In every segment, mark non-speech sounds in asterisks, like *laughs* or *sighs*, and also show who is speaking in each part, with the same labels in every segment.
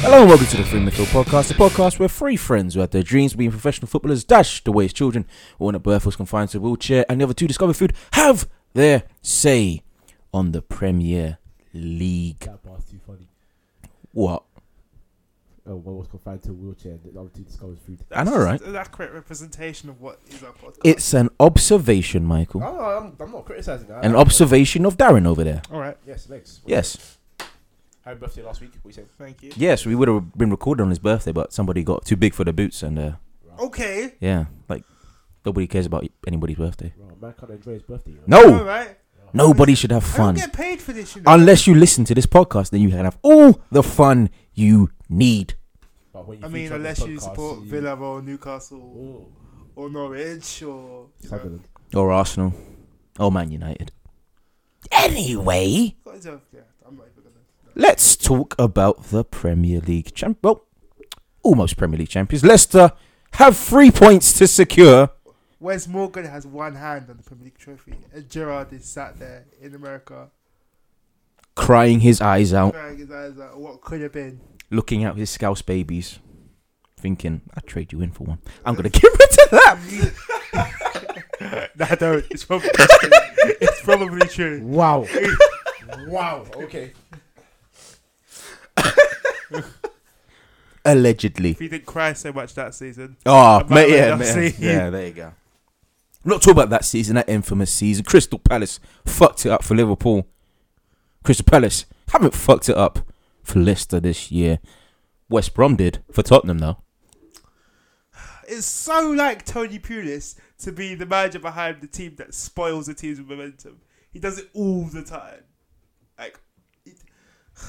Speaker 1: Hello and welcome to the Free Midfield Podcast, the podcast where three friends who had their dreams of being professional footballers dash the way as children, one at birth was confined to a wheelchair, and the other two discovered food, have their say on the Premier League.
Speaker 2: That bar's too funny.
Speaker 1: What?
Speaker 2: Uh, one was confined to a wheelchair, and the other two discovered food.
Speaker 1: I know, right?
Speaker 3: That correct representation of what is our podcast.
Speaker 1: It's an observation, Michael.
Speaker 2: Oh, I'm, I'm not criticizing that.
Speaker 1: An observation of Darren over there.
Speaker 3: all right.
Speaker 2: Yes, next.
Speaker 1: Yes.
Speaker 2: Happy birthday last week. What you said?
Speaker 3: Thank you.
Speaker 1: Yes, we would have been recorded on his birthday, but somebody got too big for their boots, and uh,
Speaker 3: Okay.
Speaker 1: yeah, like nobody cares about anybody's birthday.
Speaker 2: Well, man can't enjoy his birthday. You know?
Speaker 3: All
Speaker 1: No!
Speaker 3: right.
Speaker 1: Nobody should have
Speaker 3: I
Speaker 1: Oh,
Speaker 3: don't
Speaker 1: fun.
Speaker 3: get paid for this. You know.
Speaker 1: Unless you listen to this podcast, then you can have all the fun you need.
Speaker 2: But when you
Speaker 3: I mean,
Speaker 2: feature on
Speaker 3: unless
Speaker 2: this
Speaker 3: you
Speaker 2: podcast,
Speaker 3: support
Speaker 2: you- Oh.
Speaker 3: Villa or Newcastle
Speaker 2: Ooh,
Speaker 3: or Norwich or you know,
Speaker 2: Sunderland.
Speaker 1: Or Arsenal. Or Man United. Anyway,
Speaker 3: what is that? yeah, I'm not even gonna.
Speaker 1: let's talk about the Premier League champ. Well, almost Premier League champions. Leicester have three points to secure.
Speaker 3: Wes Morgan has one hand on the Premier League trophy, and Gerard is sat there in America
Speaker 1: Crying his eyes out,
Speaker 3: crying his eyes out. What could have been? *laughs*
Speaker 1: looking out his scouse babies, thinking, I'd trade you in for one. I'm going to *laughs* give it to them.
Speaker 3: no, I don't. It's probably *laughs* it's
Speaker 1: *laughs*
Speaker 3: probably true.
Speaker 2: Wow. wow. Okay.
Speaker 1: Allegedly.
Speaker 3: If he didn't cry so much that season,
Speaker 1: Oh,
Speaker 3: About
Speaker 1: mate,
Speaker 3: that
Speaker 1: yeah,
Speaker 3: last
Speaker 1: mate,
Speaker 3: season.
Speaker 1: yeah, there you go. Not talk about that season, that infamous season. Crystal Palace fucked it up for Liverpool. Crystal Palace haven't fucked it up for Leicester this year. West Brom did for Tottenham though.
Speaker 3: It's so like Tony Pulis to be the manager behind the team that spoils the team's momentum. He does it all the time. Like, it, *sighs*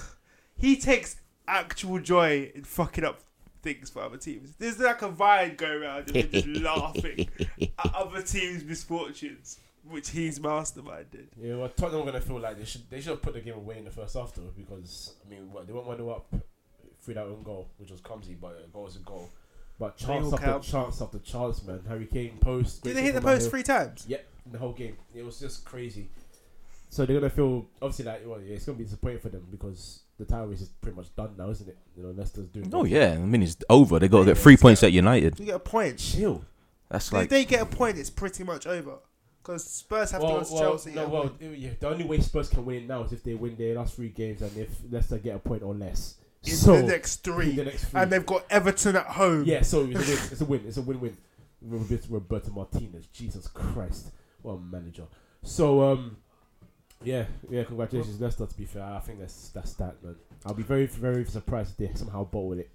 Speaker 3: he takes actual joy in fucking up things for other teams. There's like a vibe going around of him just laughing at other teams' misfortunes, which he's masterminded.
Speaker 2: Yeah, well, Tottenham were gonna feel like they should they should have put the game away in the first half though because I mean what, they went one up through that own goal which was clumsy but a goal was a goal. But chance
Speaker 3: Single
Speaker 2: after
Speaker 3: count.
Speaker 2: chance after chance, man. Harry Kane post.
Speaker 3: Did
Speaker 2: great
Speaker 3: they
Speaker 2: kick
Speaker 3: hit the
Speaker 2: from Maguire.
Speaker 3: post three times?
Speaker 2: Yep, in the whole game. It was just crazy. So they're gonna feel obviously like well, yeah, it's gonna be disappointing for them because the title race is pretty much done now, isn't it? You know, Leicester's doing.
Speaker 1: Oh yeah, I mean it's over. They got to get three points at United.
Speaker 3: You get a point.
Speaker 2: chill.
Speaker 1: That's
Speaker 3: if
Speaker 1: like
Speaker 3: they get a point, it's pretty much over. Because Spurs have to
Speaker 2: Well,
Speaker 3: go to
Speaker 2: well,
Speaker 3: Chelsea.
Speaker 2: no,
Speaker 3: and
Speaker 2: well, yeah, the only way Spurs can win it now is if they win their last three games and if Leicester get a point or less.
Speaker 3: in
Speaker 2: so
Speaker 3: the next three.
Speaker 2: in the next three.
Speaker 3: and they've got Everton at home.
Speaker 2: yeah, so it's a win. It's a win. It's a win-win. Roberto- Roberto Martinez, Jesus Christ, what a manager. So um, yeah, yeah, congratulations Leicester. To be fair, I think that's that's that man. I'll be very very surprised if they somehow bowl with it,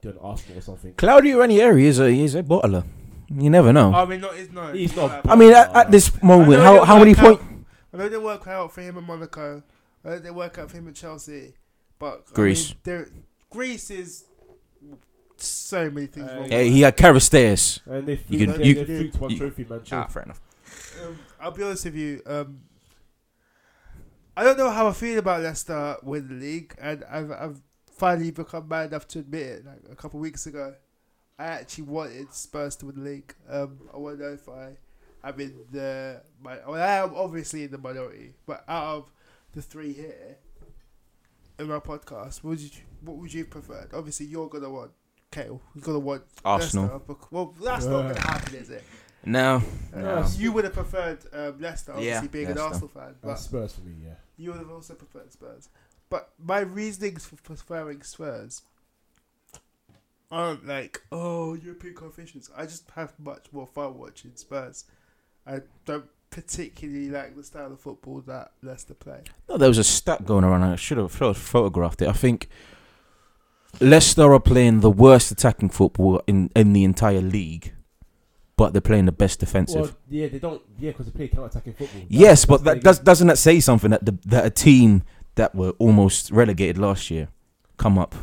Speaker 2: do an Arsenal or something.
Speaker 1: Claudio Ranieri is a is a bottler. You never know.
Speaker 3: I mean, not his no.
Speaker 2: He's not-
Speaker 1: I mean, at, at this moment, how how many points?
Speaker 3: I know they work out for him in Monaco. I know they work out for him in Chelsea. But I
Speaker 1: Greece.
Speaker 3: mean, they're- Greece is so many things
Speaker 2: Uh,
Speaker 3: wrong.
Speaker 1: Yeah, he had Caristairs.
Speaker 2: And they
Speaker 1: You
Speaker 2: you
Speaker 1: can-
Speaker 2: they,
Speaker 1: you-
Speaker 2: they fluked one
Speaker 1: you- Ah.
Speaker 2: trophy, man. chill.
Speaker 1: fair enough.
Speaker 3: Um, I'll be honest with you. Um, I don't know how I feel about Leicester win the league, and I've, I've finally become mad enough to admit it. Like a couple of weeks ago, I actually wanted Spurs to win the league. Um, I want to know if I, I'm in the my. Well, I am obviously in the minority, but out of the three here in my podcast, would you what would you prefer? Obviously, you're gonna want Kale. You're gonna want
Speaker 1: Arsenal.
Speaker 3: Leicester, bec- well, that's not gonna happen, is it?
Speaker 1: No,
Speaker 3: Uh,
Speaker 1: No.
Speaker 3: You would have preferred um, Leicester,
Speaker 1: Yeah,
Speaker 3: obviously being an
Speaker 1: Leicester.
Speaker 3: Arsenal fan,
Speaker 2: That's
Speaker 3: but
Speaker 2: Spurs for me, yeah.
Speaker 3: you would have also preferred Spurs. But my reasonings for preferring Spurs aren't like, oh, European coefficients. I just have much more fun watching Spurs. I don't particularly like the style of football that Leicester play.
Speaker 1: No, there was a stat going around. I should have pho- photographed it. I think Leicester are playing the worst attacking football in, in the entire league, but they're playing the best defensive.
Speaker 2: Well, yeah, they don't. Yeah, because they play counter-attacking football. That-
Speaker 1: yes, but
Speaker 2: their
Speaker 1: that does,
Speaker 2: game.
Speaker 1: doesn't that say something that the, that a team that were almost relegated last year come up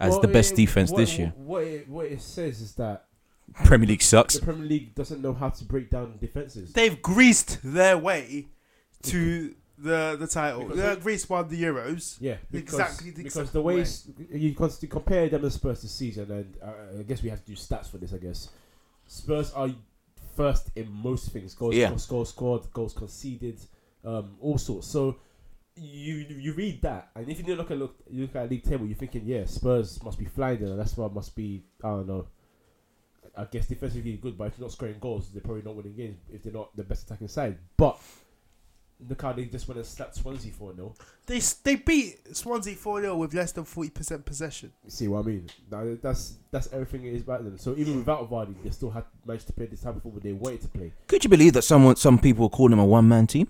Speaker 1: as
Speaker 2: Well,
Speaker 1: the best
Speaker 2: it-
Speaker 1: defense
Speaker 2: what-
Speaker 1: this year?
Speaker 2: What it, what it says is that
Speaker 1: Premier League sucks.
Speaker 2: the Premier League doesn't know how to break down defenses.
Speaker 3: They've greased their way to the the title.
Speaker 2: Because
Speaker 3: Uh,
Speaker 2: they-
Speaker 3: Greece won the Euros.
Speaker 2: Yeah, because,
Speaker 3: Exactly the
Speaker 2: because
Speaker 3: exact
Speaker 2: the
Speaker 3: way.
Speaker 2: ways you cons- you compare them and Spurs this season, and uh, I guess we have to do stats for this. I guess Spurs are first in most things: goals,
Speaker 1: Yeah.
Speaker 2: goals, goals scored, goals conceded, um, all sorts. So you you read that, and if you look at look you look at league table, you're thinking, yeah, Spurs must be flying there. That's why must be. I don't know. I guess defensively good, but if you're not scoring goals, they're probably not winning games if they're not the best attacking side. But look how they just went and slapped Swansea for no.
Speaker 3: They s- they beat Swansea 4 0 with less than 40% possession.
Speaker 2: You see what I mean? That- That's that's everything it is about them. So even without Vardy, they still had managed to play this type of football they wanted to play.
Speaker 1: Could you believe that someone, some people were calling him a one man team?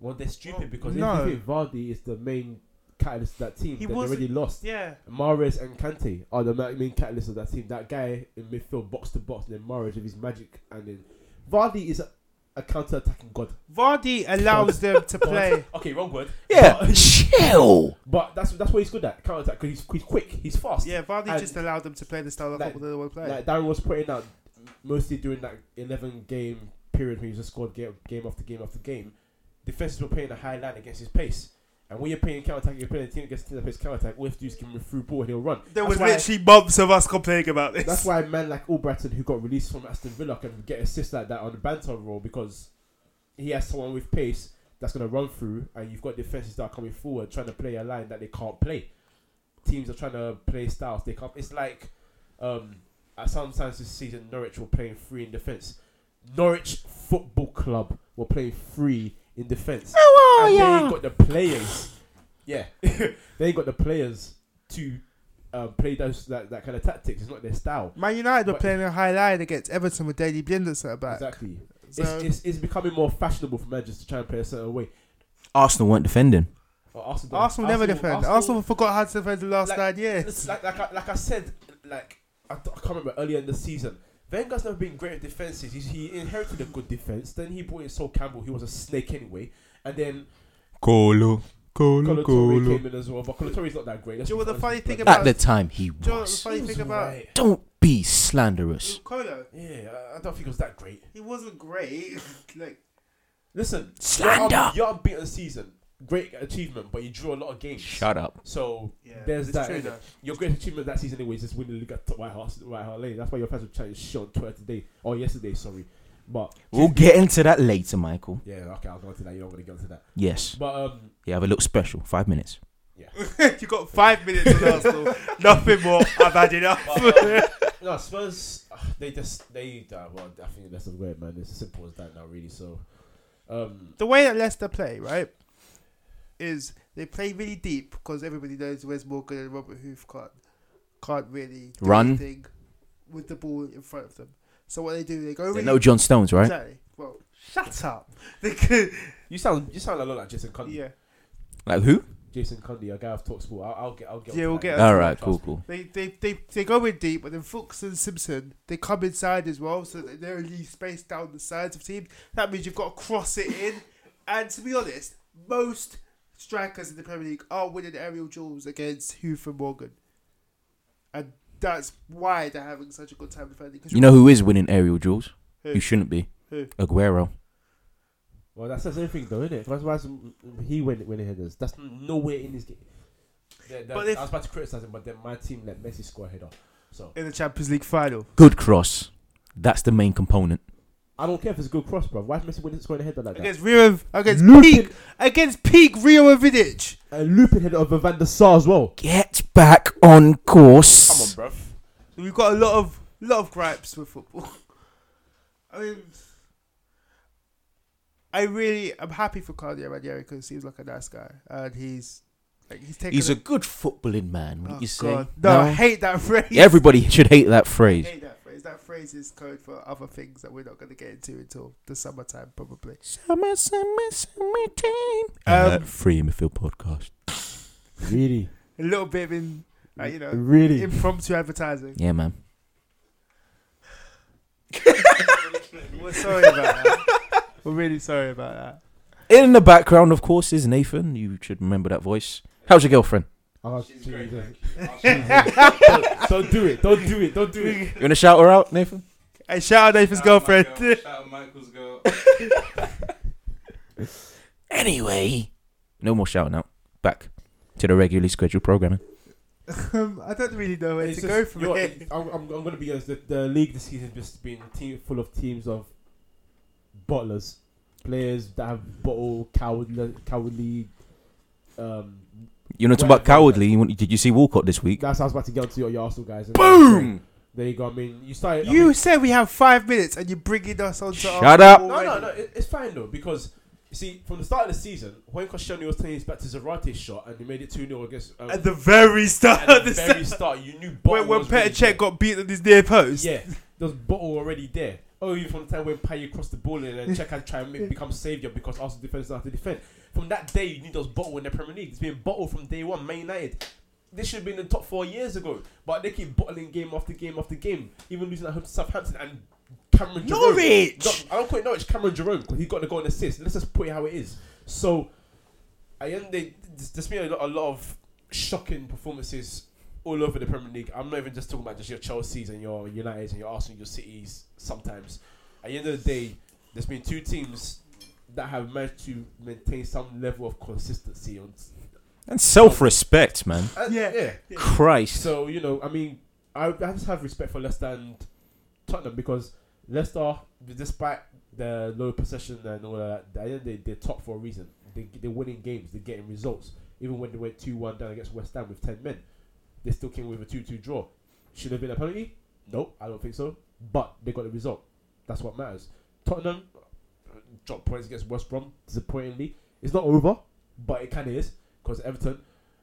Speaker 2: Well, they're stupid
Speaker 3: Well,
Speaker 2: because
Speaker 3: no.
Speaker 2: if you think Vardy is the main catalyst of that team,
Speaker 3: He
Speaker 2: then they
Speaker 3: wasn't-
Speaker 2: already lost.
Speaker 3: Yeah.
Speaker 2: Mares and Kante are the ma- main catalyst of that team. That guy in midfield, box to box, and then Mares with his magic, and then Vardy is a, a counter-attacking god.
Speaker 3: Vardy allows them to play.
Speaker 2: Okay, wrong word.
Speaker 1: Yeah, chill.
Speaker 2: But that's that's what he's good at. Counter attack because he's, he's quick, he's fast.
Speaker 3: Yeah, Vardy
Speaker 2: And-
Speaker 3: just allowed them to play the style of
Speaker 2: Like-
Speaker 3: football they want to play.
Speaker 2: Like Darren was putting out mostly during that eleven game period when he just scored game, game after game after game. Defenses were playing a high line against his pace. And when you're playing counter attack, you're playing a team against a team that plays counter attack. All you have to do is give him a through ball and he'll run.
Speaker 3: there
Speaker 2: That's
Speaker 3: was
Speaker 2: why-
Speaker 3: literally months of us complaining about this.
Speaker 2: That's why a man like Albrighton, who got released from Aston Villa, can get assists like that on the banter role because he has someone with pace that's going to run through, and you've got defenses that are coming forward trying to play a line that they can't play. Teams are trying to play styles they can't. It's like um, uh, sometimes this season Norwich were playing free in defence. Norwich Football Club were playing free in defence.
Speaker 1: Oh,
Speaker 2: and they
Speaker 1: yeah.
Speaker 2: ain't got the players. Yeah, *laughs* they ain't got the players to um, play those that, that kind of tactics. It's not their style.
Speaker 3: Man United were
Speaker 2: But-
Speaker 3: playing a high line against Everton with Daily Blinders at the back.
Speaker 2: Exactly.
Speaker 3: So,
Speaker 2: it's, it's, it's becoming more fashionable for managers to try and play a certain way.
Speaker 1: Arsenal weren't defending.
Speaker 2: Uh, Arsenal, don't-
Speaker 3: Arsenal never defend. Arsenal, forgot how to defend the last
Speaker 2: Like-
Speaker 3: nine years.
Speaker 2: It's like like I, like I said, like I, don't- I can't remember earlier in the season. Wenger's never been great at defenses. He's, he inherited a good defense. Then he brought in Sol Campbell, who was a snake anyway. And then
Speaker 1: Colo, colo,
Speaker 2: Colo Torre came in as well, but Colo Torre's not that great.
Speaker 3: Do you know what the funny thing
Speaker 1: At
Speaker 3: about-
Speaker 1: the time, he
Speaker 3: Do you know what the
Speaker 1: was.
Speaker 3: funny thing about
Speaker 1: Don't be slanderous.
Speaker 3: Colo?
Speaker 2: Yeah, I- I don't think it was that great.
Speaker 3: He wasn't great. *laughs* like
Speaker 2: Listen,
Speaker 1: Slander.
Speaker 2: Your, un- your unbeaten season, great achievement, but you drew a lot of games.
Speaker 1: up.
Speaker 2: So
Speaker 3: yeah,
Speaker 2: there's
Speaker 3: it's
Speaker 2: that.
Speaker 3: true
Speaker 2: innit?
Speaker 3: though.
Speaker 2: Your greatest achievement that season anyway is just winning the league at White House, White Hart Lane. That's why your fans were chatting shit on Twitter today or yesterday. Sorry, but
Speaker 1: We'll get into that later, Michael.
Speaker 2: yeah, okay, I'll go into that. You're not gonna go into that.
Speaker 1: Yes.
Speaker 2: But um,
Speaker 1: Yeah, have a look special. Five minutes.
Speaker 3: *laughs* you got five minutes on *laughs* Arsenal. Nothing more. I've had enough.
Speaker 1: *laughs*
Speaker 2: no, Spurs. ah, They just they uh, well, I think that's the word, man. It's as simple as that now, really. So, um,
Speaker 3: The way that Leicester play, right, is they play really deep because everybody knows Wes Morgan and Robert Hoof can't can't really do
Speaker 1: Run.
Speaker 3: anything with the ball in front of them. So what they do, they go really
Speaker 1: No John Stones, right?
Speaker 3: Exactly. Well, shut up. *laughs* They could,
Speaker 2: you sound you sound a lot like Jason Cundy.
Speaker 3: yeah,
Speaker 1: Like who?
Speaker 2: Jason Cundy, a guy I've talked to. I'll, I'll get. I'll get.
Speaker 3: Yeah,
Speaker 2: onto
Speaker 3: we'll
Speaker 2: that
Speaker 3: get
Speaker 2: later.
Speaker 1: All right,
Speaker 2: Trust
Speaker 1: cool,
Speaker 2: me.
Speaker 1: cool.
Speaker 3: they they they they go in deep, but then Fuchs and Simpson they come inside as well, so that they're only spaced down the sides of teams. That means you've got to cross it in. And to be honest, most strikers in the Premier League are winning aerial duels against Hoof and Morgan, and that's why they're having such a good time defending. 'cause
Speaker 1: You know who is winning aerial duels?
Speaker 3: Who?
Speaker 1: Who shouldn't be?
Speaker 3: Who?
Speaker 1: Aguero.
Speaker 2: Well, that's the same thing, though, isn't it? That's why some- he went winning headers. That's nowhere in this game. They're- they're-
Speaker 3: But if-
Speaker 2: I was about to criticize him, but then my team let Messi score a header. So
Speaker 3: in the Champions League final.
Speaker 1: Good cross. That's the main component.
Speaker 2: I don't care if it's a good cross, bro. Why is Messi winning scoring a header like that?
Speaker 3: Against Rio, against
Speaker 2: Lupin-
Speaker 3: peak, against peak Rio and Vidic.
Speaker 2: A looping header of Van der Sar as well.
Speaker 1: Get back on course.
Speaker 2: bruv.
Speaker 3: We've got a lot of lot of gripes with football. *laughs* I mean, I really I'm happy for Claudio Ranieri because he seems like a nice guy, and he's like he's taking.
Speaker 1: He's a good footballing man,
Speaker 3: oh,
Speaker 1: wouldn't you say?
Speaker 3: God. No, I hate that phrase. *laughs*
Speaker 1: Everybody should hate that
Speaker 3: I
Speaker 1: phrase.
Speaker 3: hate that phrase. That phrase is code for other things that we're not going to get into until the summertime, probably.
Speaker 1: Summer, summer, summertime.
Speaker 3: Um,
Speaker 1: uh, free midfield podcast.
Speaker 2: Really,
Speaker 3: A little bit in, like, Uh, you know,
Speaker 2: really.
Speaker 3: impromptu advertising.
Speaker 1: Yeah, man.
Speaker 3: We're sorry about that.
Speaker 1: *laughs*
Speaker 3: We're really sorry about that.
Speaker 1: In the background, of course, is Nathan. You should remember that voice. How's your girlfriend?
Speaker 2: Oh, Jesus. Ah, Jesus. *laughs* don't, don't do it. Don't do it. Don't do it.
Speaker 1: You want to shout her out, Nathan?
Speaker 3: Hey, shout out
Speaker 2: Oh
Speaker 3: Nathan's girlfriend.
Speaker 4: Shout out Michael's girl.
Speaker 1: Anyway, no more shouting out. Back to the regularly scheduled programming.
Speaker 3: *laughs* um, I don't really know where
Speaker 2: It's
Speaker 3: to
Speaker 2: just-
Speaker 3: go from
Speaker 2: you know,
Speaker 3: here.
Speaker 2: I'm, I'm, I'm gonna be honest. The, the league this season has just been team full of teams of bottlers, players that have bottle cowardly, cowardly Um,
Speaker 1: You're not talking
Speaker 2: Well,
Speaker 1: about cowardly. You want, did you see Walcott this week?
Speaker 2: that's how I was about to get onto your, your Arsenal guys.
Speaker 1: Boom!
Speaker 2: There you go. I mean, you started. I
Speaker 3: You said we have five minutes and you're bringing us on to
Speaker 1: Shut
Speaker 3: Arsenal
Speaker 1: up.
Speaker 2: No, no,
Speaker 3: already.
Speaker 2: no. It, it's fine though because you see, from the start of the season, when Koscielny was turning his back to Zarate's shot and he made it two 0 against um,
Speaker 3: At the very start
Speaker 2: at
Speaker 3: of *laughs*
Speaker 2: the
Speaker 3: the
Speaker 2: very
Speaker 3: se-
Speaker 2: start, you knew Bottle
Speaker 3: when, when
Speaker 2: was really
Speaker 3: Petr Cech got beat at his near post.
Speaker 2: Yeah, there was Bottle already there. Oh, even from the time when Paye crossed the ball in and Czech had to try and make, become saviour because Arsenal defenders know how to defend. From that day, you knew there was Bottle in the Premier League. It's been Bottle from day one, Man United. This should have been in the top four years ago, but they keep bottling game after game after game, even losing at home to Southampton and Cameron Jerome.
Speaker 3: Norwich!
Speaker 2: No, I don't call it Norwich, Cameron Jerome, because he got the goal and assist. Let's just put it how it is. So, I end they, there's there's been a lot, a lot of shocking performances all over the Premier League. I'm not even just talking about just your Chelsea's and your United's and your Arsenal, your Cities. Sometimes, at the end of the day, there's been two teams that have managed to maintain some level of consistency. On uh,
Speaker 1: And self-respect, man.
Speaker 2: and-
Speaker 3: Yeah.
Speaker 1: Christ.
Speaker 2: So you know, I mean, I, I just have respect for Leicester and Tottenham because Leicester, despite the low possession and all that, at the end of the day, they're top for a reason. They, they're winning games. They're getting results. Even when they went two one down against West Ham with ten men, they still came with a two two draw. Should have been a penalty? Nope, I don't think so. But they got the result. That's what matters. Tottenham uh, dropped points against West Brom disappointingly. It's not over, but it kind of is because Everton.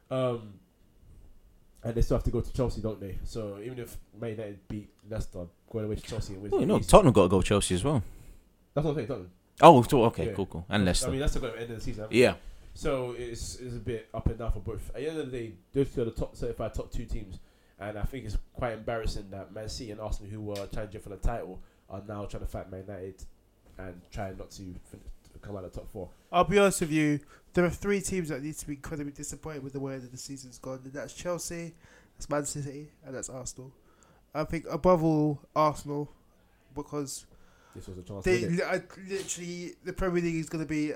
Speaker 2: Um, and they still have to go to Chelsea, don't they? So even if Man United beat Leicester, going away to Chelsea and wins
Speaker 1: Oh,
Speaker 2: the
Speaker 1: no,
Speaker 2: East-
Speaker 1: Tottenham got to go Chelsea as well.
Speaker 2: that's what I'm saying. Tottenham.
Speaker 1: Oh, so- okay,
Speaker 2: Yeah.
Speaker 1: cool, cool. And Leicester.
Speaker 2: I mean, Leicester got to end of the season. haven't they?
Speaker 1: yeah.
Speaker 2: So it's, it's a bit up and down for both. At the end of the day, those two are the top certified top two teams, and I think it's quite embarrassing that Man City and Arsenal, who were challenging for the title, are now trying to fight Man United and try not to fin- to come out of the top four.
Speaker 3: I'll be honest with you. There are three teams that need to be incredibly disappointed with the way that the season's gone. And that's Chelsea, that's Man City, and that's Arsenal. I think above all, Arsenal, because
Speaker 2: This was a chance.
Speaker 3: they
Speaker 2: wasn't it?
Speaker 3: li- I- literally the Premier League is going to be,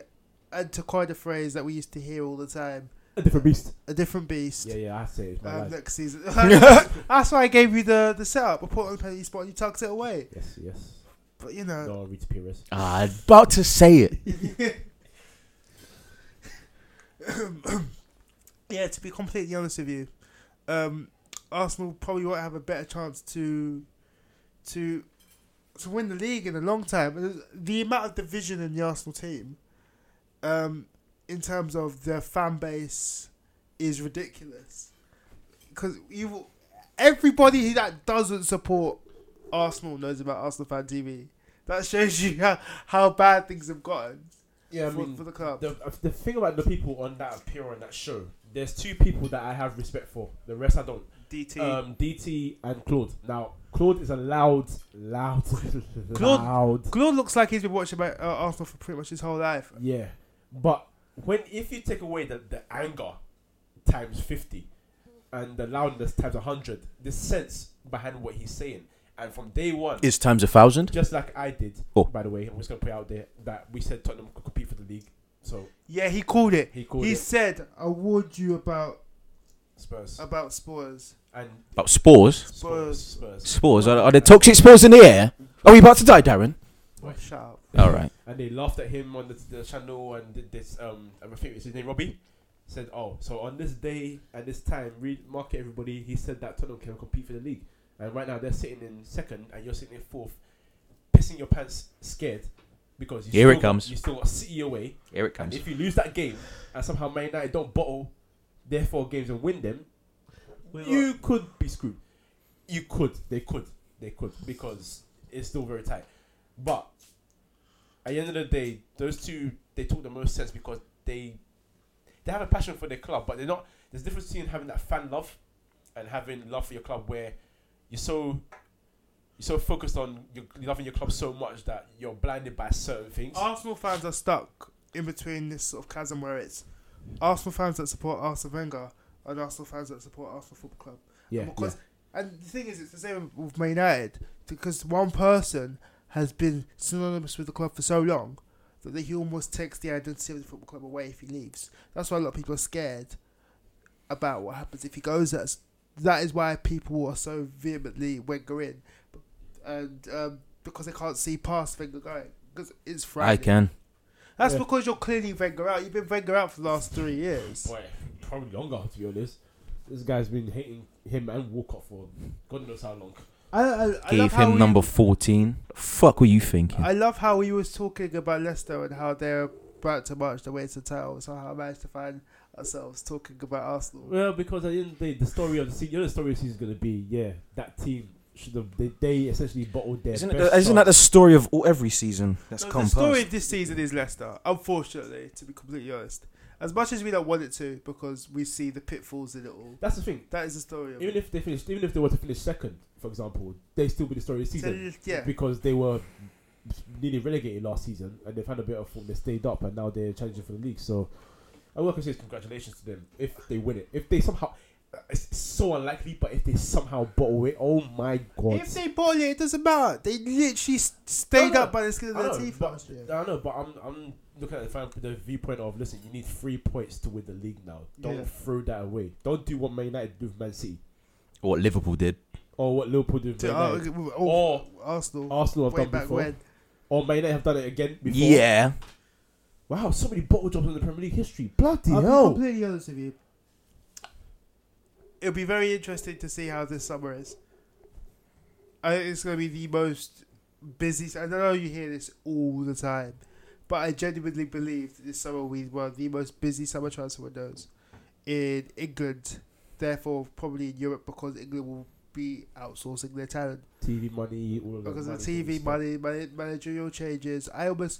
Speaker 3: and to coin a phrase that we used to hear all the time,
Speaker 2: a different beast.
Speaker 3: a different beast.
Speaker 2: Yeah, yeah, I say it's my
Speaker 3: Um,
Speaker 2: life.
Speaker 3: next season. *laughs* That's why I gave you the the setup. I put on the penalty spot and you tucked it away.
Speaker 2: Yes, yes.
Speaker 3: But you know,
Speaker 2: No, Rita Pires.
Speaker 1: Ah, about to say it.
Speaker 3: *coughs* yeah, to be completely honest with you, um, Arsenal probably won't have a better chance to to to win the league in a long time. And The amount of division in the Arsenal team, um, in terms of their fan base, is ridiculous. Because you, everybody that doesn't support Arsenal knows about Arsenal fan TV. That shows you how, how bad things have gotten
Speaker 2: Yeah, I
Speaker 3: for,
Speaker 2: mean,
Speaker 3: for the club.
Speaker 2: the, uh, the thing about the people on that appear on that show, there's two people that I have respect for. The rest I don't.
Speaker 3: DT.
Speaker 2: Um, DT and Claude. Now, Claude is a loud, loud, *laughs*
Speaker 3: Claude-
Speaker 2: loud.
Speaker 3: Claude looks like he's been watching about, uh, Arsenal for pretty much his whole life.
Speaker 2: Yeah, but when if you take away the, the anger times fifty and the loudness times hundred, the sense behind what he's saying, and from day one,
Speaker 1: It's times a thousand.
Speaker 2: just like I did.
Speaker 1: Oh.
Speaker 2: by the way, I'm just gonna put it out there that we said Tottenham could compete for the league, so
Speaker 3: Yeah, he called it.
Speaker 2: he called
Speaker 3: he
Speaker 2: it
Speaker 3: said, "I warned you about
Speaker 2: Spurs
Speaker 3: about Spurs."
Speaker 2: and
Speaker 1: About spores.
Speaker 2: Spurs.
Speaker 3: Spurs.
Speaker 2: Spurs.
Speaker 1: Spores. Are, are there toxic spores in the air? Are we about to die, Darren?
Speaker 2: Wait.
Speaker 3: Shut up.
Speaker 1: All right.
Speaker 2: and they laughed at him on the, the channel and did this um I think it's his name Robbie said oh so on this day at this time read market everybody he said that Tottenham can compete for the league and right now they're sitting in second and you're sitting in fourth pissing your pants scared because you
Speaker 1: Here
Speaker 2: still
Speaker 1: it
Speaker 2: got-
Speaker 1: comes.
Speaker 2: you still got City away
Speaker 1: Here it
Speaker 2: and if you lose that game and somehow Man United don't bottle their four games and win them you could be screwed. You could. They could. They could because it's still very tight. But at the end of the day, those two they took the most sense because they they have a passion for their club, but they're not. There's a difference between having that fan love and having love for your club, where you're so you're so focused on your, loving your club so much that you're blinded by certain things.
Speaker 3: Arsenal fans are stuck in between this sort of chasm where it's Arsenal fans that support Arsenal Wenger and Arsenal fans that support Arsenal Football Club.
Speaker 2: yeah,
Speaker 3: and, because, and the thing is, it's the same with Man United because one person has been synonymous with the club for so long that he almost takes the identity of the football club away if he leaves. That's why a lot of people are scared about what happens if he goes. That's that is why people are so vehemently Wenger in, and um, because they can't see past Wenger going because it's frightening.
Speaker 1: I can.
Speaker 3: That's
Speaker 2: Yeah.
Speaker 3: because you're clearly Wenger out. You've been Wenger out for the last three years.
Speaker 2: Boy, probably longer to be honest. This guy's been hating him and Walcott for God knows how long.
Speaker 3: I, I, I love
Speaker 1: Gave
Speaker 3: how
Speaker 1: him
Speaker 3: we-
Speaker 1: number 14. Fuck were you thinking?
Speaker 3: I love how we was talking about Leicester and how they're about to march the way to title. So how I managed to find ourselves talking about Arsenal.
Speaker 2: Well, because at the end of the day, the story of the season, you know, the story of the season is going to be, yeah, that team should have they, they essentially bottled their.
Speaker 1: Isn't, it,
Speaker 2: best
Speaker 1: the- isn't that
Speaker 2: shot.
Speaker 1: the story of all, every season that's
Speaker 3: No,
Speaker 1: come
Speaker 3: the story
Speaker 1: past?
Speaker 3: of this season is Leicester, unfortunately, to be completely honest. As much as we don't want it to, because we see the pitfalls in it all.
Speaker 2: That's the thing.
Speaker 3: That is the story of
Speaker 2: Even
Speaker 3: it.
Speaker 2: if they finished, even if they were to finish second, for example, they still be the story of the
Speaker 3: So,
Speaker 2: season.
Speaker 3: yeah.
Speaker 2: because they were nearly relegated last season and they've had a bit of form. They stayed up and now they're challenging for the league. So I will say congratulations to them if they win it. If they somehow, it's so unlikely, but if they somehow bottle it, oh my god!
Speaker 3: If they bought it, it doesn't matter. They literally s- stayed
Speaker 2: I know.
Speaker 3: up by the skin of
Speaker 2: I
Speaker 3: their
Speaker 2: know,
Speaker 3: teeth
Speaker 2: but-
Speaker 3: last year.
Speaker 2: I don't know, but I'm I'm looking at the fan the viewpoint of listen, you need three points to win the league now. Don't
Speaker 3: Yeah.
Speaker 2: throw that away. Don't do what Man United do with Man City
Speaker 1: Or what Liverpool did.
Speaker 2: or what Liverpool do with Man
Speaker 3: To, uh,
Speaker 2: United.
Speaker 3: with-
Speaker 2: Or-
Speaker 3: Arsenal,
Speaker 2: Arsenal have
Speaker 3: way
Speaker 2: done
Speaker 3: back
Speaker 2: before,
Speaker 3: when.
Speaker 2: or Man United have done it again before.
Speaker 1: Yeah.
Speaker 2: Wow, so many bottle jobs in the Premier League history. Bloody
Speaker 3: I'll
Speaker 2: hell!
Speaker 3: be completely honest with you. It'll be very interesting to see how this summer is. I think it's going to be the most busy. I know you hear this all the time, but I genuinely believe that this summer we were the most busy summer transfer windows in England. Therefore, probably in Europe because England will be outsourcing their talent
Speaker 2: TV money, all of that
Speaker 3: because of
Speaker 2: money
Speaker 3: the
Speaker 2: and
Speaker 3: TV
Speaker 2: stuff.
Speaker 3: money, man- managerial changes. I almost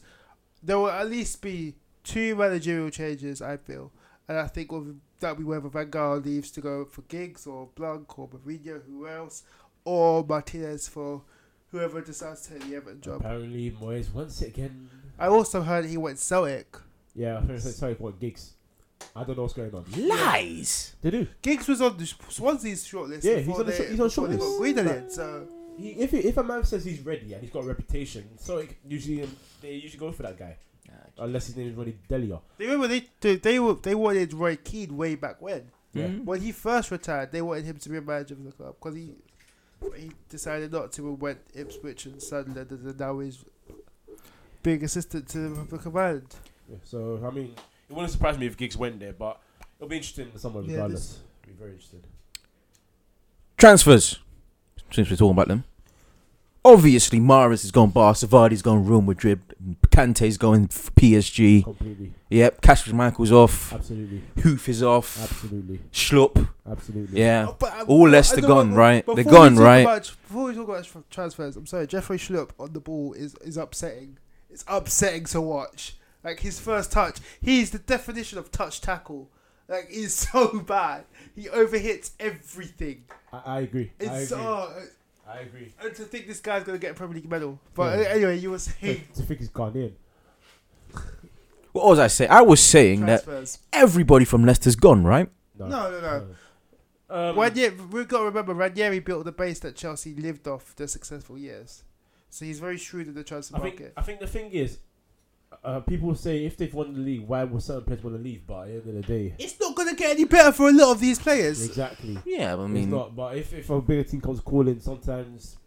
Speaker 3: there will at least be two managerial changes. I feel, and I think of that we whether Vanguard leaves to go for gigs or Blanc or Mourinho, who else, or Martinez for whoever decides to take the Everton job.
Speaker 2: Apparently, Moyes once again.
Speaker 3: I also heard he went Celtic.
Speaker 2: Yeah, *laughs* I think sorry, what gigs? I don't know what's going on.
Speaker 1: Lies.
Speaker 2: They do.
Speaker 3: Giggs was on the Sh- Swansea's shortlist.
Speaker 2: Yeah, he's
Speaker 3: before
Speaker 2: on the
Speaker 3: they,
Speaker 2: sh- he's on
Speaker 3: before they
Speaker 2: shortlist.
Speaker 3: got green on it. So
Speaker 2: He, if he, if a man says he's ready and he's got a reputation, so it, usually um, they usually go for that guy, unless his name is Ronnie Delia.
Speaker 3: they remember they they they, were, they wanted Roy Keane way back when.
Speaker 2: Yeah.
Speaker 1: Hmm?
Speaker 3: when he first retired, they wanted him to be a manager of the club because he he decided not to and went Ipswich and Sunderland, and then now he's being assistant to the Republic of Ireland.
Speaker 2: Yeah, so I mean, it wouldn't surprise me if gigs went there, but it'll be interesting. Someone
Speaker 3: Yeah,
Speaker 2: regardless, it'll be very interesting.
Speaker 1: Transfers. Since we're talking about them. Obviously, Maris is gone Bar, Savadi's gone Real Madrid, Kante's going f- PSG.
Speaker 2: Completely,
Speaker 1: Yep, Cash Michael's off,
Speaker 2: absolutely,
Speaker 1: Hoof is off,
Speaker 2: absolutely,
Speaker 1: Schlupp,
Speaker 2: absolutely.
Speaker 1: yeah.
Speaker 3: Oh, but, um,
Speaker 1: All Leicester
Speaker 3: I don't
Speaker 1: gone,
Speaker 3: know,
Speaker 1: right?
Speaker 3: before
Speaker 1: They're
Speaker 3: we
Speaker 1: gone,
Speaker 3: talk
Speaker 1: right?
Speaker 3: about- before we talk about tr- transfers, I'm sorry, Jeffrey Schlupp on the ball is, is upsetting. It's upsetting to watch. Like his first touch, he's the definition of touch tackle. Like he's *laughs* so bad. He overhits everything.
Speaker 2: I, I agree. I
Speaker 3: It's
Speaker 2: agree.
Speaker 3: uh,
Speaker 2: I agree.
Speaker 3: And to think this guy's gonna get a Premier League medal. But
Speaker 2: Yeah.
Speaker 3: uh, anyway, you were
Speaker 2: To
Speaker 3: saying
Speaker 2: to think he's gone in.
Speaker 1: What was I saying? I was saying that
Speaker 3: transfers.
Speaker 1: everybody from Leicester's gone, right?
Speaker 3: No, no, no.
Speaker 2: Um,
Speaker 3: Ranieri, we've got to remember Ranieri built the base that Chelsea lived off their successful years. So he's very shrewd in the transfer
Speaker 2: I think
Speaker 3: market.
Speaker 2: I think the thing is, uh, people say if they've won the league, why will certain players want to leave? But at the end of the day,
Speaker 3: It's not gonna get any better for a lot of these players.
Speaker 2: exactly.
Speaker 1: Yeah, I
Speaker 2: it's
Speaker 1: mean, well,
Speaker 2: not. But if, if a bigger team comes calling, sometimes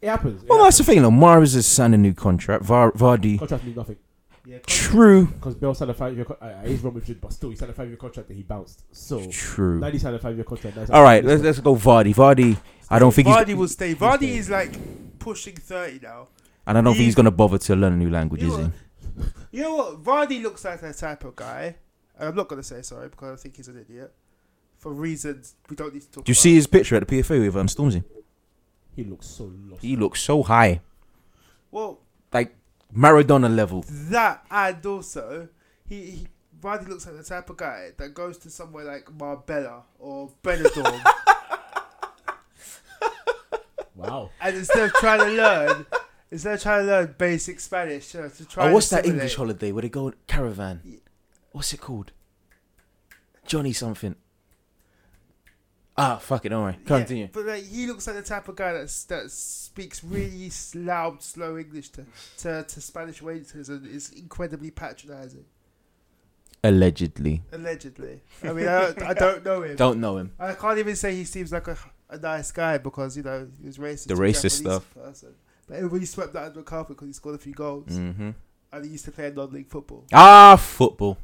Speaker 2: it happens. It
Speaker 1: Oh, that's the
Speaker 2: happens.
Speaker 1: thing though. Maris has signed a new contract. Var- Vardy,
Speaker 2: Contract means nothing
Speaker 3: Yeah,
Speaker 1: true,
Speaker 2: because Bell signed a five-year. Co- uh, he's wrong with Madrid, but still he signed a five-year contract that he bounced. So
Speaker 1: true.
Speaker 2: now he signed a five-year contract. now he's
Speaker 1: All right,
Speaker 2: actually-
Speaker 1: let's, let's go Vardy. Vardy, I don't think he's,
Speaker 3: Vardy will stay. Vardy
Speaker 2: staying.
Speaker 3: is like pushing thirty now.
Speaker 1: and I don't think he's
Speaker 3: he's-
Speaker 1: gonna bother to learn a new language,
Speaker 3: You
Speaker 1: is he?
Speaker 3: know- You know what? Vardy looks like that type of guy. And I'm not gonna say sorry because I think he's an idiot. For reasons we don't need to talk
Speaker 1: Do you
Speaker 3: about.
Speaker 1: see his picture at the PFA with um, Stormzy?
Speaker 2: he looks so lost.
Speaker 1: He looks so high,
Speaker 3: well,
Speaker 1: Maradona level.
Speaker 3: That and also he, he Vardy looks like the type of guy that goes to somewhere like Marbella or
Speaker 1: *laughs*
Speaker 3: Benidorm,
Speaker 2: wow.
Speaker 3: and instead of trying to learn, instead of trying to learn basic Spanish, you know, to try.
Speaker 1: Oh,
Speaker 3: and
Speaker 1: what's that
Speaker 3: assimilate.
Speaker 1: English holiday where they go caravan? What's it called? Johnny something. Ah, fuck it. Don't worry.
Speaker 3: Yeah,
Speaker 1: Continue.
Speaker 3: but like, he looks like the type of guy that that speaks really s- loud, slow English to, to, to Spanish waiters and is incredibly patronising.
Speaker 1: Allegedly,
Speaker 3: Allegedly, I mean, I, don't- I don't know him.
Speaker 1: don't know him.
Speaker 3: I can't even say he seems like a, a nice guy because you know he was racist.
Speaker 1: The
Speaker 3: to
Speaker 1: racist
Speaker 3: Japanese
Speaker 1: stuff.
Speaker 3: Person. But everybody swept that under the carpet because he scored a few goals.
Speaker 1: Mm-hmm.
Speaker 3: I and he used to play non-league football.
Speaker 1: Ah, football.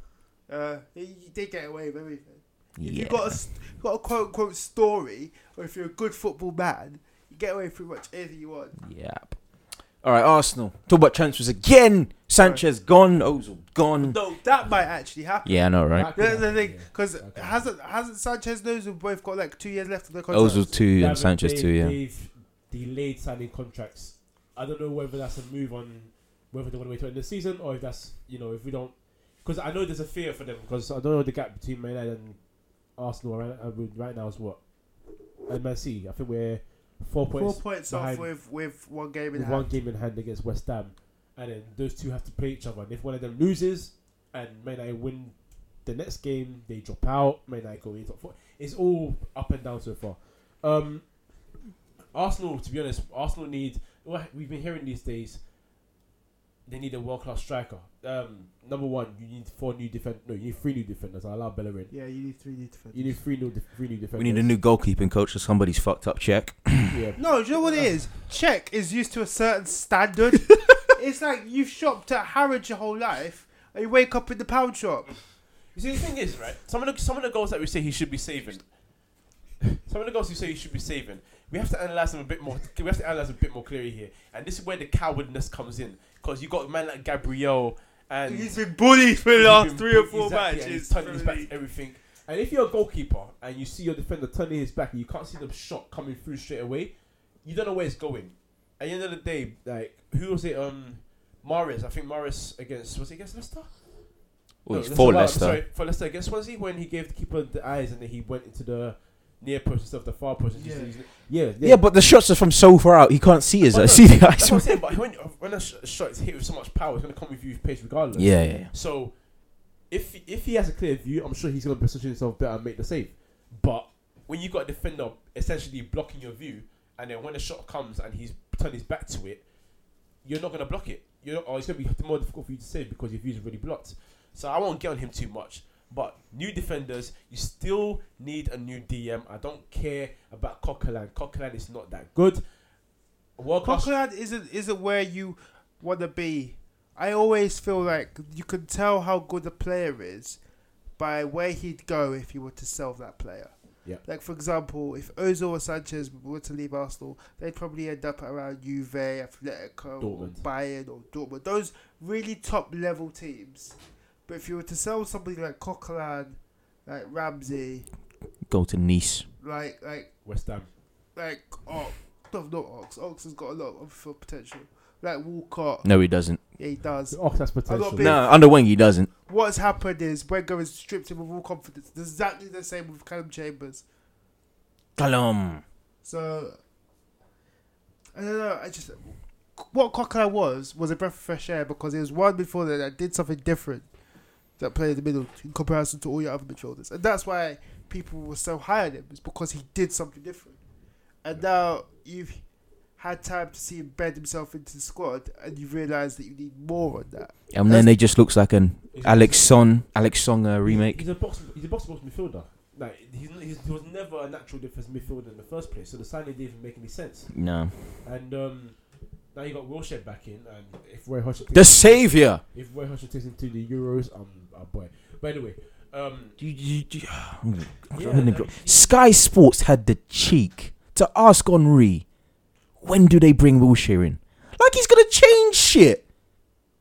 Speaker 3: Uh, he, he did get away with everything. If
Speaker 1: Yeah.
Speaker 3: you've got a, s- got a quote unquote story, or if you're a good football man, you get away with pretty much anything you want.
Speaker 1: Yep. All right, Arsenal. Talk about transfers again. Sanchez gone. Ozil gone.
Speaker 3: No, that might actually happen.
Speaker 1: Yeah, I know, right?
Speaker 5: That could
Speaker 3: That's the
Speaker 5: happen,
Speaker 3: thing,
Speaker 5: yeah.
Speaker 3: because
Speaker 5: Okay.
Speaker 3: hasn't hasn't Sanchez and Ozil both got like two years left of their contract?
Speaker 1: Ozil two
Speaker 5: Yeah,
Speaker 1: and
Speaker 5: but
Speaker 1: Sanchez
Speaker 5: they've-
Speaker 1: two. Yeah.
Speaker 5: They've delayed signing contracts. I don't know whether that's a move on whether they want to wait till end of the season or if that's you know if we don't because I know there's a fear for them because I don't know the gap between Man United and Arsenal right, uh, with- right now is what and Man City. I think we're four
Speaker 3: Four
Speaker 5: points
Speaker 3: points
Speaker 5: behind-
Speaker 3: off with with one game in
Speaker 5: with
Speaker 3: hand.
Speaker 5: one game in hand against West Ham, and then those two have to play each other. And if one of them loses and Man United win the next game, they drop out. Man United go in top four. It's all up and down so far. Um, Arsenal, to be honest, Arsenal need. Well, we've been hearing these days. They need a world class striker. Um, number one, you need four new defend. No, you need three new defenders. I love Bellerin.
Speaker 3: Yeah, you need three new defenders.
Speaker 5: You need three new, def- three new defenders.
Speaker 1: We need a new goalkeeping coach. Or somebody's fucked up. Check.
Speaker 5: Yeah.
Speaker 3: No, do you know what it is? Czech is used to a certain standard.
Speaker 2: *laughs*
Speaker 3: it's like you've shopped at Harrods your whole life, and you wake up in the pound shop.
Speaker 2: You see, the thing is, right? Some of the some of the goals that we say he should be saving, some of the goals you say he should be saving, we have to analyze them a bit more. We have to analyze them a bit more clearly here, and this is where the cowardness comes in, because you got a man like Gabriel, and
Speaker 3: He's been bullied for the
Speaker 2: he's
Speaker 3: last
Speaker 2: been-
Speaker 3: three or four
Speaker 2: exactly, and he's
Speaker 3: matches.
Speaker 2: turning his back
Speaker 3: Premier
Speaker 2: to
Speaker 3: League.
Speaker 2: everything.
Speaker 5: And if you're a goalkeeper and you see your defender turning his back and you can't see the shot coming through straight away,
Speaker 2: You don't know where it's going. At the end of the day, like who was it? Um, Morris. I think Morris against was it against Leicester?
Speaker 1: Well, Oh,
Speaker 2: No,
Speaker 1: he's
Speaker 2: that's
Speaker 1: for
Speaker 2: about-
Speaker 1: Leicester.
Speaker 2: Sorry, for Leicester against Swansea when he gave the keeper the eyes and then he went into the near post instead of the far post. and just
Speaker 3: Yeah.
Speaker 2: used it. yeah, yeah.
Speaker 1: Yeah, but the shots are from so far out. He can't see us. *laughs*
Speaker 2: But
Speaker 1: I
Speaker 2: no,
Speaker 1: see the eyes.
Speaker 2: That's what I'm saying. But when when a sh- shot is hit with so much power, it's going to come with you pace regardless.
Speaker 1: Yeah, yeah, yeah.
Speaker 2: So if if he has a clear view, I'm sure he's going to position himself better and make the save. But when you've got a defender essentially blocking your view, and then when a shot comes and he's turned his back to it, you're not going to block it. You're not, or it's going to be more difficult for you to save because your view's already blocked. So I won't get on him too much. But new defenders, you still need a new DM. I don't care about Coquelin. Coquelin is not that good. World class
Speaker 3: Coquelin isn't isn't where you want to be. I always feel like you can tell how good a player is by where he'd go if you were to sell that player.
Speaker 5: Yeah.
Speaker 3: Like for example, if Ozil or Sanchez were to leave Arsenal, they'd probably end up around Juve, Atletico, or
Speaker 5: Dortmund.
Speaker 3: Bayern, or Dortmund. Those really top level teams. But if you were to sell somebody like Coquelin, like Ramsey,
Speaker 1: Go to Nice.
Speaker 3: like like
Speaker 5: West Ham.
Speaker 3: like oh, Ox. No, not Ox. Ox has got a lot of for potential. Like Walcott.
Speaker 1: No, he doesn't.
Speaker 3: Yeah, he does.
Speaker 5: Oh, that's potential.
Speaker 3: big-
Speaker 1: No, under wing he doesn't.
Speaker 3: What's happened is Wenger has stripped him of all confidence. It's exactly the same with Callum Chambers.
Speaker 1: Callum.
Speaker 3: So, I don't know. I just. What Coquelin was, was a breath of fresh air because he was one before that that did something different that played in the middle in comparison to all your other midfielders. And that's why people were so high on him, is because he did something different. And now you've had time to see him bed himself into the squad and you realise that you need more on that.
Speaker 1: And then it just looks like an Alex Son, Alex Song uh, remake.
Speaker 5: He's a box. He's a box box midfielder. Like he's, he's, he was never a natural defense midfielder in the first place. So the signing didn't even make any sense.
Speaker 1: No.
Speaker 5: And um, now you got Wilshere back in, and if Roy Hodgson
Speaker 1: The savior.
Speaker 5: if Roy Hodgson takes him to the Euros, um, oh boy. But anyway, um,
Speaker 1: Do you- do you- do you- I'm gonna- I'm
Speaker 5: Yeah,
Speaker 1: gonna
Speaker 5: that-
Speaker 1: go- Sky Sports had the cheek to ask Henri, when do they bring Wilshere in? Like he's gonna change shit.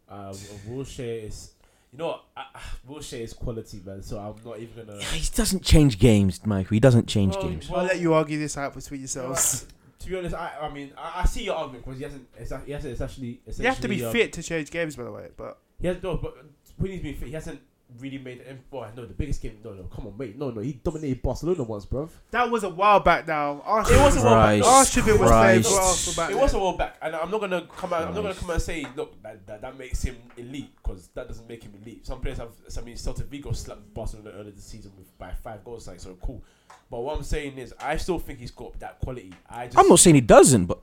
Speaker 5: uh, Wilshere is, you know, what? I, I- Wilshere is quality, man. So I'm not even gonna.
Speaker 1: Yeah, he doesn't change games, Michael. He doesn't change
Speaker 5: Well,
Speaker 1: games.
Speaker 5: well,
Speaker 3: I'll let you argue this out between
Speaker 5: you know,
Speaker 3: yourselves.
Speaker 5: I- to be honest, I, I mean, I, I see your argument because he hasn't. exa- He hasn't actually.
Speaker 3: You have to be
Speaker 5: essentially, um,
Speaker 3: fit to change games, by the way. But
Speaker 5: He has no,
Speaker 2: uh,
Speaker 5: but when he's been fit, he hasn't really made. An, oh no, the biggest game. No, no, come on, mate. No, no, he dominated Barcelona once, bruv.
Speaker 3: that was a while back now. Arsenal,
Speaker 2: It was a while back.
Speaker 1: Christ,
Speaker 3: Arsenal was playing for
Speaker 1: Christ.
Speaker 3: Arsenal back
Speaker 2: It
Speaker 3: then.
Speaker 2: was a while back, and I'm not gonna come out. I'm not gonna
Speaker 1: Christ.
Speaker 2: come out and say, look, that that, that makes him elite because that doesn't make him elite. Some players have. I mean, Celta Vigo slapped Barcelona earlier this season with by five goals, like so cool. But what I'm saying is, I still think he's got that quality. I just,
Speaker 1: I'm not saying he doesn't, but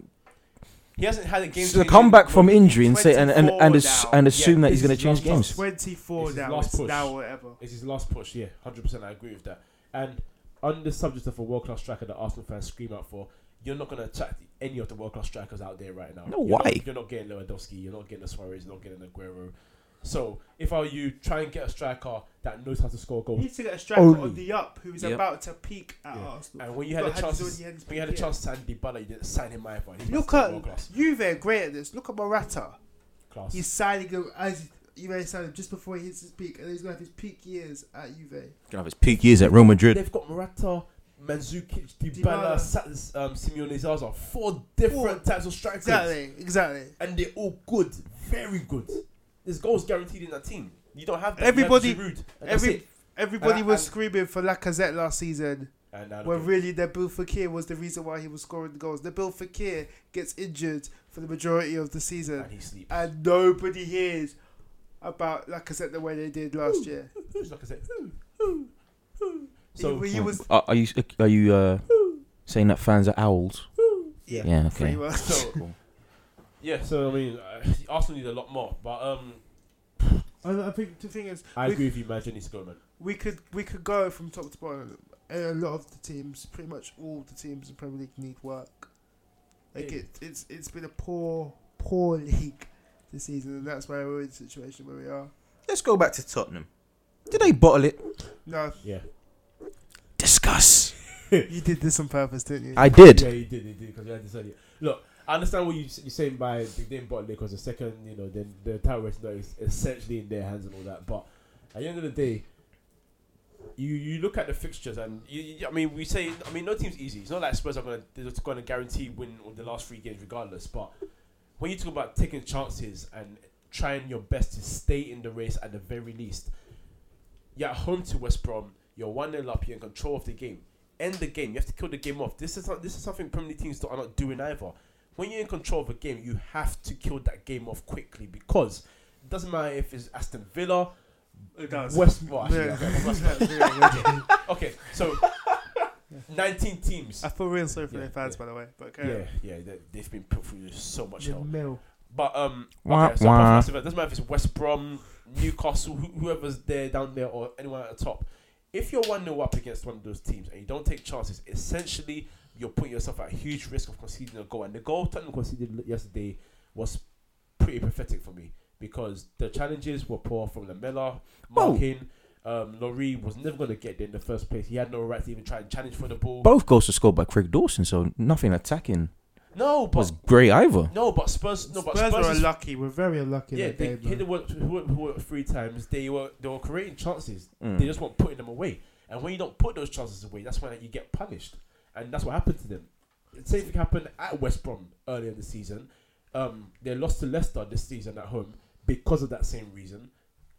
Speaker 2: He hasn't had a game.
Speaker 1: to come back from injury and say and and and,
Speaker 3: 24
Speaker 1: ass-
Speaker 3: now.
Speaker 1: and assume that
Speaker 5: this
Speaker 1: he's gonna
Speaker 5: is last
Speaker 1: change games.
Speaker 5: chance.
Speaker 3: 24
Speaker 5: It's his
Speaker 3: now,
Speaker 5: last
Speaker 3: it's
Speaker 5: push.
Speaker 3: now or ever.
Speaker 5: It's his last push. Yeah, hundred percent. I agree with that. And on the subject of a world class striker that Arsenal fans scream out for, you're not gonna attack any of the world class strikers out there right now.
Speaker 1: No,
Speaker 5: You're
Speaker 1: why?
Speaker 5: Not, you're not getting Lewandowski. You're not getting the Suarez. You're not getting Aguero.
Speaker 2: So if I were you, try and get a striker that knows how to score
Speaker 3: He
Speaker 2: goals.
Speaker 3: needs to get a striker
Speaker 5: Only.
Speaker 3: on the up who is
Speaker 1: Oh. Yep.
Speaker 3: about to peak at
Speaker 5: Yeah.
Speaker 3: Arsenal.
Speaker 2: And when you
Speaker 3: He's
Speaker 2: had a
Speaker 3: got
Speaker 2: chance,
Speaker 3: Hudson, he had his
Speaker 2: when you had a
Speaker 3: peak, yeah.
Speaker 2: chance to Sandy Bala, you didn't sign him either. He's
Speaker 3: Look
Speaker 2: massive, world class,
Speaker 3: at Juve, are great at this. Look at Morata.
Speaker 2: class.
Speaker 3: He's signing him as you may sign him just before he hits his peak, and he's gonna have his peak years at Juve.
Speaker 1: Gonna have his peak years at Real Madrid.
Speaker 2: They've got Morata, Mandzukic,
Speaker 3: Dybala.
Speaker 2: Dybala, Sa- um, Simeone Zaza, four different types of strikers,
Speaker 3: Exactly, exactly.
Speaker 2: and they're all good, very good. There's goals guaranteed in that team. You don't have that.
Speaker 3: Everybody-
Speaker 2: you have Giroud, and that's
Speaker 3: Every
Speaker 2: it.
Speaker 3: everybody
Speaker 2: And I- Uh, and-
Speaker 3: was screaming for Lacazette last season,
Speaker 2: And now
Speaker 3: when
Speaker 2: look at-
Speaker 3: really Nabil Fakir was the reason why he was scoring the goals. Nabil Fakir gets injured for the majority of the season,
Speaker 2: and he sleeps.
Speaker 3: and nobody hears about Lacazette the way they did last year.
Speaker 2: Who's like I said? who, who, who. So
Speaker 3: he, he was
Speaker 1: Are, are you are you uh, saying that fans are owls?
Speaker 3: yeah,
Speaker 1: Yeah. Okay.
Speaker 3: pretty much.
Speaker 2: so
Speaker 1: Cool.
Speaker 2: yeah. So I mean, uh, Arsenal need a lot more, but um,
Speaker 3: I, I think the thing is,
Speaker 2: I
Speaker 3: we-
Speaker 2: agree with you. Imagine this go, man.
Speaker 3: we could we could go from top to bottom. And a lot of the teams, pretty much all the teams in Premier League, need work. Like
Speaker 2: Yeah.
Speaker 3: it, it's it's been a poor poor *laughs* league this season, and that's why we're in the situation where we are.
Speaker 1: Let's go back to Tottenham. Did they bottle it?
Speaker 3: No,
Speaker 2: Yeah.
Speaker 1: Discuss.
Speaker 3: you did this on purpose, didn't you? *laughs*
Speaker 1: I did.
Speaker 2: Yeah, he did, he did, because we had this earlier. Look, I understand what you, you're saying by they didn't bottle it because the second, you know, then the title race now is essentially in their hands and all that. But at the end of the day, you you look at the fixtures and you, you- I mean we say I mean no team's easy. It's not like Spurs are gonna they're just gonna guarantee win all the last three games regardless. But when you talk about taking chances and trying your best to stay in the race at the very least, you're at home to West Brom. You're one 0 up. You're in control of the game. End the game. You have to kill the game off. This is not, this is something Premier League teams are not doing either. When you're in control of a game, you have to kill that game off quickly because it doesn't matter if it's Aston Villa,
Speaker 3: It does.
Speaker 2: West Brom.
Speaker 3: Yeah. *laughs*
Speaker 2: Okay, so 19 teams.
Speaker 3: I feel real sorry for
Speaker 2: Yeah,
Speaker 3: their fans,
Speaker 2: yeah.
Speaker 3: by the way. But
Speaker 2: Yeah,
Speaker 3: okay.
Speaker 2: yeah, they, they've been put through so much
Speaker 3: The
Speaker 2: hell.
Speaker 3: mill.
Speaker 2: But um,
Speaker 1: Wah,
Speaker 2: okay, so
Speaker 1: wah.
Speaker 2: apart from Aston Villa, it doesn't matter if it's West Brom, Newcastle, who, whoever's there down there, or anyone at the top. If you're one 0 up against one of those teams and you don't take chances, essentially you're putting yourself at huge risk of conceding a goal. And the goal Tottenham conceded yesterday was pretty pathetic for me because the challenges were poor from Lamella,
Speaker 1: Whoa.
Speaker 2: Markin. Um, Laurie was never going to get there in the first place. He had no right to even try and challenge for the ball.
Speaker 1: Both goals were scored by Craig Dawson, so nothing attacking
Speaker 2: no, but
Speaker 1: was great either.
Speaker 2: no, but Spurs, no, but
Speaker 3: Spurs
Speaker 2: Spurs
Speaker 3: were
Speaker 2: is
Speaker 3: unlucky. We're very unlucky.
Speaker 2: Yeah,
Speaker 3: Yeah,
Speaker 2: they
Speaker 3: that uh, day,
Speaker 2: hit the
Speaker 3: bro.
Speaker 2: work, work, work three times. They were they were creating chances.
Speaker 1: Mm.
Speaker 2: They just weren't putting them away. And when you don't put those chances away, that's when you get punished. And that's what happened to them. The same thing happened at West Brom earlier in the season. Um, they lost to Leicester this season at home because of that same reason.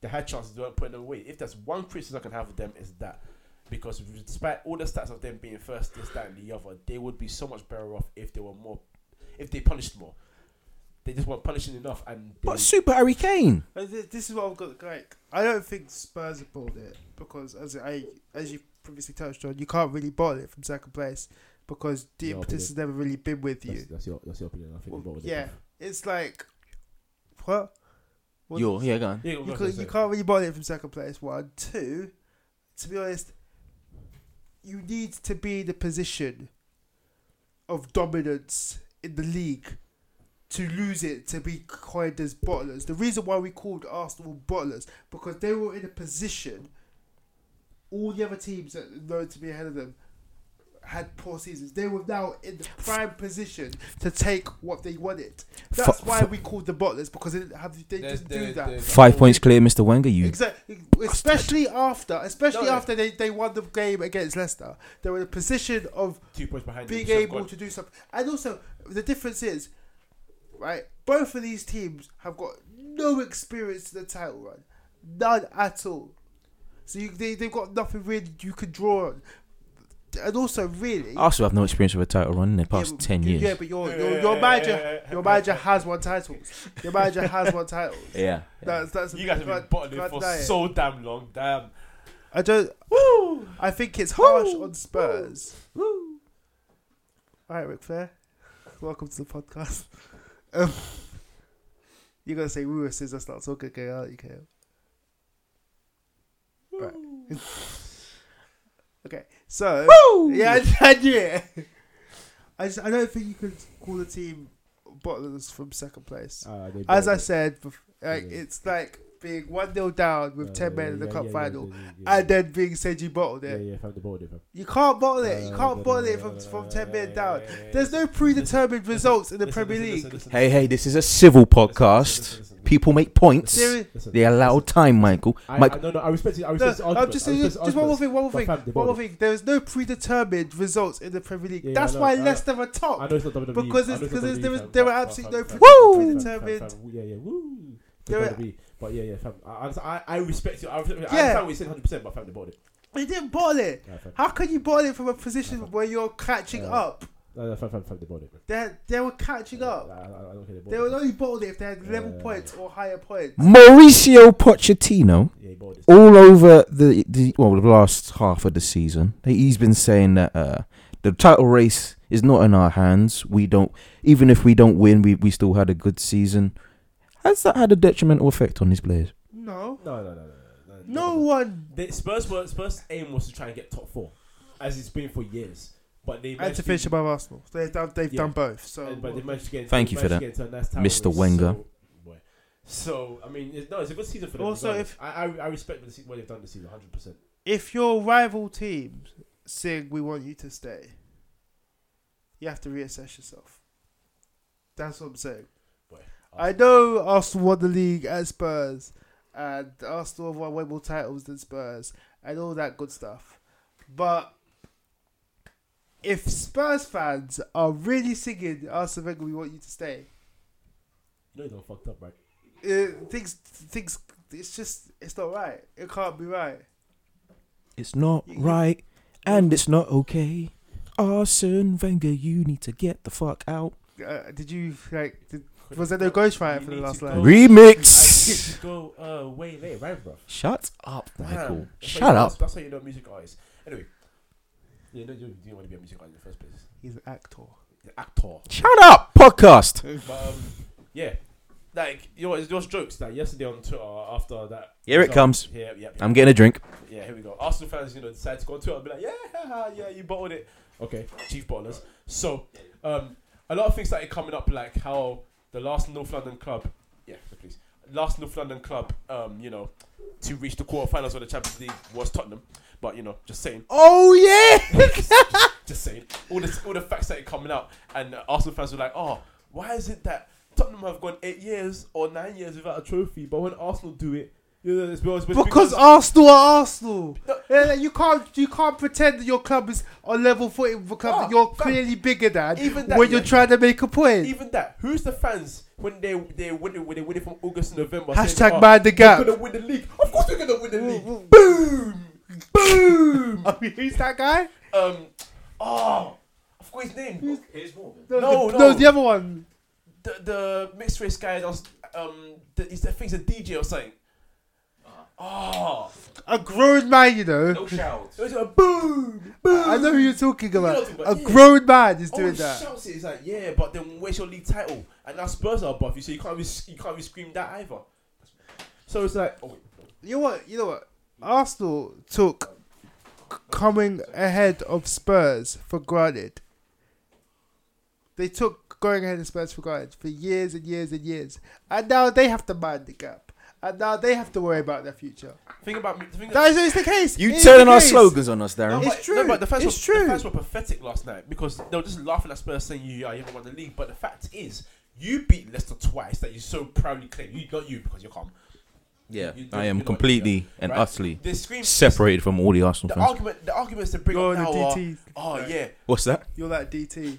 Speaker 2: They had chances, they weren't putting them away. If there's one criticism I can have of them, is that. Because despite all the stats of them being first, this, that, and the other, they would be so much better off if they were more, if they punished more. They just weren't punishing enough, and they,
Speaker 1: But Super Harry Kane.
Speaker 3: Uh, thi- This is what I've got. Like, I don't think Spurs have bought it because, as I as you previously touched on, you can't really bottle it from second place because the
Speaker 2: Yeah, but
Speaker 3: impetus has never really been with
Speaker 2: That's,
Speaker 3: you.
Speaker 2: that's your that's your opinion. I think
Speaker 3: Well,
Speaker 2: the ball was
Speaker 3: yeah,
Speaker 2: above.
Speaker 3: it's like what? What-
Speaker 1: Yo, yeah, go on.
Speaker 2: Yeah,
Speaker 3: you, could, you can't really bottle it from second place. One, two. To be honest, you need to be in the position of dominance in the league to lose it to be coined as bottlers. The reason why we called Arsenal bottlers because they were in a position. All the other teams that are known to be ahead of them had poor seasons. They were now in the prime position to take what they wanted. That's
Speaker 1: Fu-
Speaker 3: why
Speaker 1: fu-
Speaker 3: we called the bottlers because they didn't have they
Speaker 2: There's-
Speaker 3: didn't do
Speaker 2: there-
Speaker 3: that.
Speaker 2: there's-
Speaker 1: Five points clear, Mr. Wenger. You
Speaker 3: Exactly. Especially after, especially
Speaker 2: No, no.
Speaker 3: after they, they won the game against Leicester, they were in a position of
Speaker 2: two points behind.
Speaker 3: being
Speaker 2: them, you should have
Speaker 3: able
Speaker 2: gone.
Speaker 3: to do something. And also, the difference is, right? Both of these teams have got no experience in the title run, none at all. So you, they they've got nothing really you could draw on. And also, really,
Speaker 1: also have no experience with a title run in the past
Speaker 3: yeah, but-
Speaker 1: ten years.
Speaker 3: Yeah,
Speaker 1: Yeah,
Speaker 3: but oh, your your, your manager, your manager has won titles. Your manager has
Speaker 2: *laughs*
Speaker 3: won titles. That's that's
Speaker 2: You guys have been
Speaker 3: can't-
Speaker 2: bottling
Speaker 3: can't
Speaker 2: for
Speaker 3: deny it.
Speaker 2: so damn long. Damn.
Speaker 3: I don't. I think it's harsh on Spurs. All right, Ric Flair, welcome to the podcast. Um, you're gonna say woo as soon as I start talking, okay? Aren't you, Kale? Right. *laughs* okay, so yeah, I, I knew it. I just I don't think you could call the team bottlers from second place.
Speaker 2: Uh, they
Speaker 5: Ah,
Speaker 3: As I
Speaker 2: bottled.
Speaker 3: said, bef- like
Speaker 2: Yeah.
Speaker 3: it's like being 1 0 down
Speaker 5: Uh,
Speaker 3: with 10 men in the cup final and
Speaker 5: yeah,
Speaker 3: then being said you bottled
Speaker 5: yeah,
Speaker 3: it.
Speaker 5: yeah, found the ball, there, fam.
Speaker 3: You can't bottle it. You
Speaker 5: Uh,
Speaker 3: can't
Speaker 5: da-
Speaker 3: bottle
Speaker 5: da-
Speaker 3: it
Speaker 5: da-
Speaker 3: from,
Speaker 5: da- da-
Speaker 3: from
Speaker 5: da-
Speaker 3: 10 men
Speaker 5: yeah,
Speaker 3: down.
Speaker 5: yeah, yeah, yeah.
Speaker 3: There's no predetermined results in the
Speaker 2: Listen,
Speaker 3: Premier
Speaker 2: listen,
Speaker 3: League.
Speaker 2: listen, listen,
Speaker 1: Hey,
Speaker 2: listen,
Speaker 1: hey, this is a civil
Speaker 2: listen, listen,
Speaker 1: podcast.
Speaker 2: listen, listen.
Speaker 1: People make points.
Speaker 3: Seri-
Speaker 5: Listen,
Speaker 1: They allow time, Michael.
Speaker 5: I,
Speaker 1: Mike-
Speaker 5: I, no, no, I respect it. I
Speaker 3: No,
Speaker 5: respect his
Speaker 3: I'm
Speaker 5: argument, I
Speaker 3: just saying,
Speaker 5: respect his
Speaker 3: just one more
Speaker 5: argument.
Speaker 3: thing, one more
Speaker 5: But
Speaker 3: thing,
Speaker 5: fam, they
Speaker 3: one more
Speaker 5: bottled
Speaker 3: thing. There is no predetermined results in the Premier League.
Speaker 5: Yeah,
Speaker 3: That's
Speaker 5: I know,
Speaker 3: why
Speaker 5: I know.
Speaker 3: Leicester are
Speaker 5: I
Speaker 3: top.
Speaker 5: know it's not WWE.
Speaker 3: Because
Speaker 5: I
Speaker 3: it's-
Speaker 5: know not
Speaker 3: because it's-
Speaker 5: WWE,
Speaker 3: there is-
Speaker 5: fam,
Speaker 3: there
Speaker 5: fam,
Speaker 3: are
Speaker 5: fam,
Speaker 3: absolutely
Speaker 5: fam,
Speaker 3: no
Speaker 5: fam,
Speaker 3: pre-
Speaker 5: fam, fam,
Speaker 3: predetermined-
Speaker 5: fam, Yeah, yeah, woo.
Speaker 3: There are-
Speaker 5: WWE. But yeah, yeah, fam. I, I, I respect you. I, respect, I
Speaker 3: Yeah.
Speaker 5: understand what you said 100%, but fam, they bought it.
Speaker 3: They didn't bottle it.
Speaker 5: Nah, fam.
Speaker 3: How can you bottle it from a position where you're catching
Speaker 5: Yeah.
Speaker 3: up?
Speaker 5: Nah, nah, fam, fam, fam, they bought it. man.
Speaker 3: They they were catching
Speaker 5: Nah,
Speaker 3: up.
Speaker 5: I, I, I don't care. They bought
Speaker 3: They
Speaker 5: it.
Speaker 3: would only bottle it if they had level
Speaker 5: Yeah.
Speaker 3: points or higher points.
Speaker 1: Mauricio Pochettino,
Speaker 5: Yeah, they bought it.
Speaker 1: all over the, the well, the last half of the season, he's been saying that uh, the title race is not in our hands. We don't, even if we don't win, we, we still had a good season. Has that had a detrimental effect on his players?
Speaker 3: No,
Speaker 5: No, no, no, no, no.
Speaker 3: no one.
Speaker 2: They, Spurs were Spurs' aim was to try and get top four, as it's been for years. But they
Speaker 3: And
Speaker 2: managed
Speaker 3: to finish above Arsenal, they've done, they've
Speaker 2: Yeah.
Speaker 3: done both. So
Speaker 2: but they managed to get.
Speaker 1: Thank
Speaker 2: they
Speaker 1: you for
Speaker 2: managed to get into a nice tie
Speaker 1: Mr.
Speaker 2: with-
Speaker 1: Wenger.
Speaker 2: So, boy. So, I mean, it's, no, it's a good season for them.
Speaker 3: Also,
Speaker 2: regardless.
Speaker 3: if-
Speaker 2: I, I, I respect the se- what they've done this season, 100. percent
Speaker 3: if your rival team sing "We want you to stay," you have to reassess yourself. That's what I'm saying.
Speaker 2: Boy,
Speaker 3: I know Arsenal won the league at Spurs, and Arsenal have won way more titles than Spurs, and all that good stuff. But if Spurs fans are really singing "Arsenal Wenger, we want you to stay,"
Speaker 2: You know you done fucked up, right?
Speaker 3: it, things things it's just it's not right. It can't be right.
Speaker 1: It's not right, and it's not okay. Arsene Wenger, you need to get the fuck out.
Speaker 3: Uh, did you like? Did, was there no ghostwriter
Speaker 2: You
Speaker 3: for the
Speaker 2: need
Speaker 3: last
Speaker 2: to
Speaker 3: line?
Speaker 2: go- uh, I
Speaker 1: Remix.
Speaker 2: need to go uh, way late, right, bro?
Speaker 1: Shut up, Michael.
Speaker 2: Man, that's how
Speaker 1: Shut
Speaker 2: you-
Speaker 1: up.
Speaker 2: That's how you know music artists. Anyway, you know you you didn't want to be a music artist in the first place.
Speaker 3: He's an
Speaker 2: *laughs*
Speaker 3: actor.
Speaker 2: You're an actor.
Speaker 1: Shut up, podcast.
Speaker 2: But um, yeah, like you know, it's just jokes. Like yesterday on Twitter after that.
Speaker 1: Here it
Speaker 2: result-
Speaker 1: comes.
Speaker 2: Yeah, yeah, yeah.
Speaker 1: I'm getting a drink.
Speaker 2: Yeah, here we go. Arsenal fans, you know, decide to go on Twitter and be like, yeah, haha, yeah, you bottled it. Okay, chief bottlers. So, um, a lot of things started coming up, like how the last North London club, yeah, please, last North London club, um, you know, to reach the quarterfinals of the Champions League was Tottenham. But you know, just saying, *laughs*
Speaker 1: Oh yeah.
Speaker 2: just saying, all the all the facts started coming out, and uh, Arsenal fans were like, oh, why is it that Tottenham have gone eight years or nine years without a trophy, but when Arsenal do it, you know, it's it's- it's
Speaker 3: Because Arsenal are Arsenal. Yeah, like, you can't you can't pretend that your club is on level footing with a club that
Speaker 2: Ah,
Speaker 3: you're
Speaker 2: fam.
Speaker 3: clearly bigger than
Speaker 2: Even that,
Speaker 3: when you're
Speaker 2: yeah.
Speaker 3: trying to make a point.
Speaker 2: Even that, who's the fans when they they win it when they win it from August to November? saying,
Speaker 3: Hashtag
Speaker 2: "Oh,
Speaker 3: mind the
Speaker 2: We're
Speaker 3: gap.
Speaker 2: gonna win the league. Of course, we're gonna win the league.
Speaker 3: Woo,
Speaker 2: Boom, *laughs* boom.
Speaker 3: woo. Who's that guy?
Speaker 2: um, oh, I forgot his name.
Speaker 6: Here's Morgan.
Speaker 2: No,
Speaker 3: the,
Speaker 2: no.
Speaker 3: the other one.
Speaker 2: The, the mixed race guy. that was, Um, the, he's I think he's a DJ or something. Oh,
Speaker 3: A grown man, you know.
Speaker 6: No shout.
Speaker 2: it was a boom, boom.
Speaker 3: I know who you're talking about.
Speaker 2: You know,
Speaker 3: a
Speaker 2: yeah.
Speaker 3: grown man is
Speaker 2: Oh,
Speaker 3: doing that.
Speaker 2: shouts it. It's like yeah, but then where's your league title? And now Spurs are above you, so you can't really, you can't really scream that either. So it's like, oh wait, no.
Speaker 3: You know what? You know what? Arsenal took c- coming ahead of Spurs for granted. They took going ahead of Spurs for granted for years and years and years, and now they have to mind the gap, and now they have to worry about their future.
Speaker 2: think about me. Think
Speaker 3: That is, is the case. It
Speaker 1: You
Speaker 3: is the
Speaker 1: turning our
Speaker 3: case.
Speaker 1: slogans on us, Darren.
Speaker 3: No, It's
Speaker 2: but,
Speaker 3: true.
Speaker 2: No, but the fans
Speaker 3: It's
Speaker 2: were,
Speaker 3: true.
Speaker 2: The fans were pathetic last night because they were just laughing at Spurs saying you, yeah, you haven't won the league. But the fact is, you beat Leicester twice that you so proudly claim. You not you because you're calm.
Speaker 1: Yeah,
Speaker 2: You- you-
Speaker 1: I
Speaker 2: you
Speaker 1: am
Speaker 2: know,
Speaker 1: completely and
Speaker 2: right?
Speaker 1: utterly
Speaker 2: The scream.
Speaker 1: separated from all the Arsenal
Speaker 2: The
Speaker 1: fans.
Speaker 2: argument. The arguments to bring up
Speaker 3: You're the
Speaker 2: now are,
Speaker 3: DT.
Speaker 2: oh yeah,
Speaker 1: What's that?
Speaker 3: You're like DT.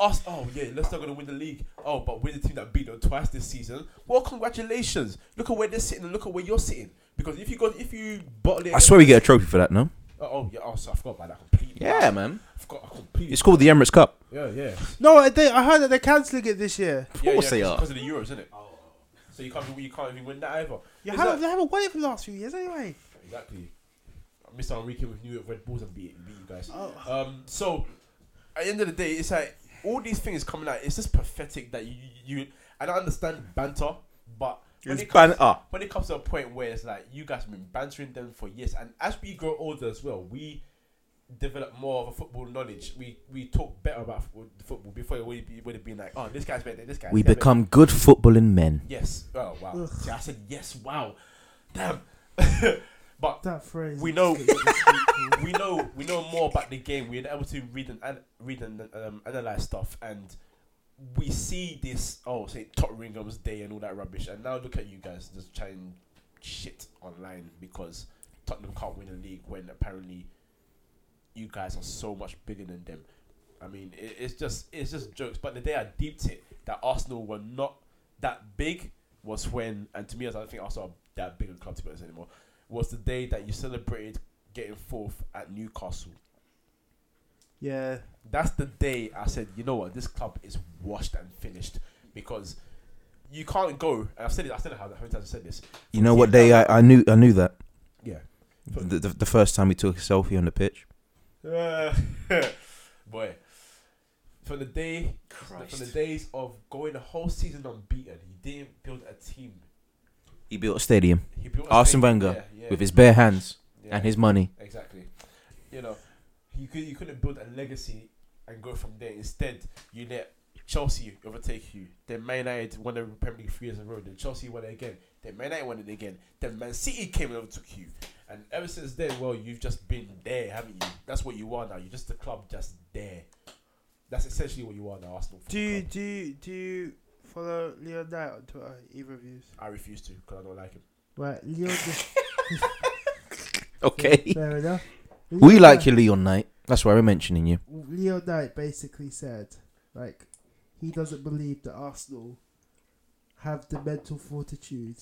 Speaker 2: us. Oh yeah, Leicester gonna win the league. Oh, but we're the team that beat them twice this season. Well, congratulations. Look at where they're sitting and look at where you're sitting. Because if you go, if you bottle it,
Speaker 1: I swear we get a trophy for that, no?
Speaker 2: Oh, oh yeah. Oh, so I forgot about that completely.
Speaker 1: Yeah, man.
Speaker 2: I forgot. I completely.
Speaker 1: It's called the Emirates Cup.
Speaker 2: yeah, yeah.
Speaker 3: No, I, think I heard that they're cancelling it this year.
Speaker 1: Of course they are.
Speaker 2: Because of the Euros, isn't it? So you can't, you can't even win that either.
Speaker 3: You
Speaker 2: Is
Speaker 3: haven't,
Speaker 2: that-
Speaker 3: they haven't won it for the last few years anyway.
Speaker 2: Exactly. Mr. Enrique with New York Red Bulls and beat, beat you guys.
Speaker 3: Oh.
Speaker 2: Um, so, at the end of the day, it's like all these things coming out. It's just pathetic that you, you and I understand banter, but when it, comes,
Speaker 1: banter.
Speaker 2: when it comes to a point where it's like you guys have been bantering them for years, and as we grow older as well, we develop more of a football knowledge, we we talk better about football, football before it would be would have been like, oh, this guy's better than this guy.
Speaker 1: We
Speaker 2: this guy's
Speaker 1: become good footballing men.
Speaker 2: better." yes. Oh wow. See, I said yes. Wow. Damn. *laughs* but
Speaker 3: That phrase.
Speaker 2: we know *laughs* we know we know more about the game. We're able to read and an- read and um, analyze stuff, and we see this. Oh, say Tottenham's day and all that rubbish. And now look at you guys just trying shit online because Tottenham can't win the league when apparently you guys are so much bigger than them. I mean, it, it's just it's just jokes. But the day I deeped it that Arsenal were not that big was when, and to me, I don't think Arsenal are that big a club to be honest anymore. Was the day that you celebrated getting fourth at Newcastle.
Speaker 3: yeah.
Speaker 2: That's the day I said, you know what, this club is washed and finished because you can't go. And I've said it. I said it how many times I said this.
Speaker 1: You know what day I, I knew I knew that.
Speaker 2: Yeah.
Speaker 1: The, the, the first time we took a selfie on the pitch.
Speaker 2: Uh, *laughs* boy, from the day, from the days of going the whole season unbeaten, he didn't build a team.
Speaker 1: He built a stadium
Speaker 2: He built a
Speaker 1: Arsene
Speaker 2: team-
Speaker 1: Wenger,
Speaker 2: yeah, yeah,
Speaker 1: with his bare hands
Speaker 2: yeah.
Speaker 1: and his money.
Speaker 2: Exactly. You know, you could you couldn't build a legacy and go from there. Instead, you let Chelsea overtake you. Then Man United won the Premier League three years in a row. Then Chelsea won it again. Then Man United won it again. Then Man City came and overtook you. And ever since then, well, you've just been there, haven't you? That's what you are now. You're just the club, just there. That's essentially what you are now, Arsenal.
Speaker 3: Do you,
Speaker 2: Football Club.
Speaker 3: do you, do you follow Leon Knight on Twitter? He reviews.
Speaker 2: I refuse to because I don't like him.
Speaker 3: Right, Leon.
Speaker 1: Okay.
Speaker 3: fair enough.
Speaker 1: *laughs* We
Speaker 3: Leon
Speaker 1: like
Speaker 3: Knight-
Speaker 1: you, Leon Knight. That's why we're mentioning you.
Speaker 3: Leo Knight basically said, like, he doesn't believe that Arsenal have the mental fortitude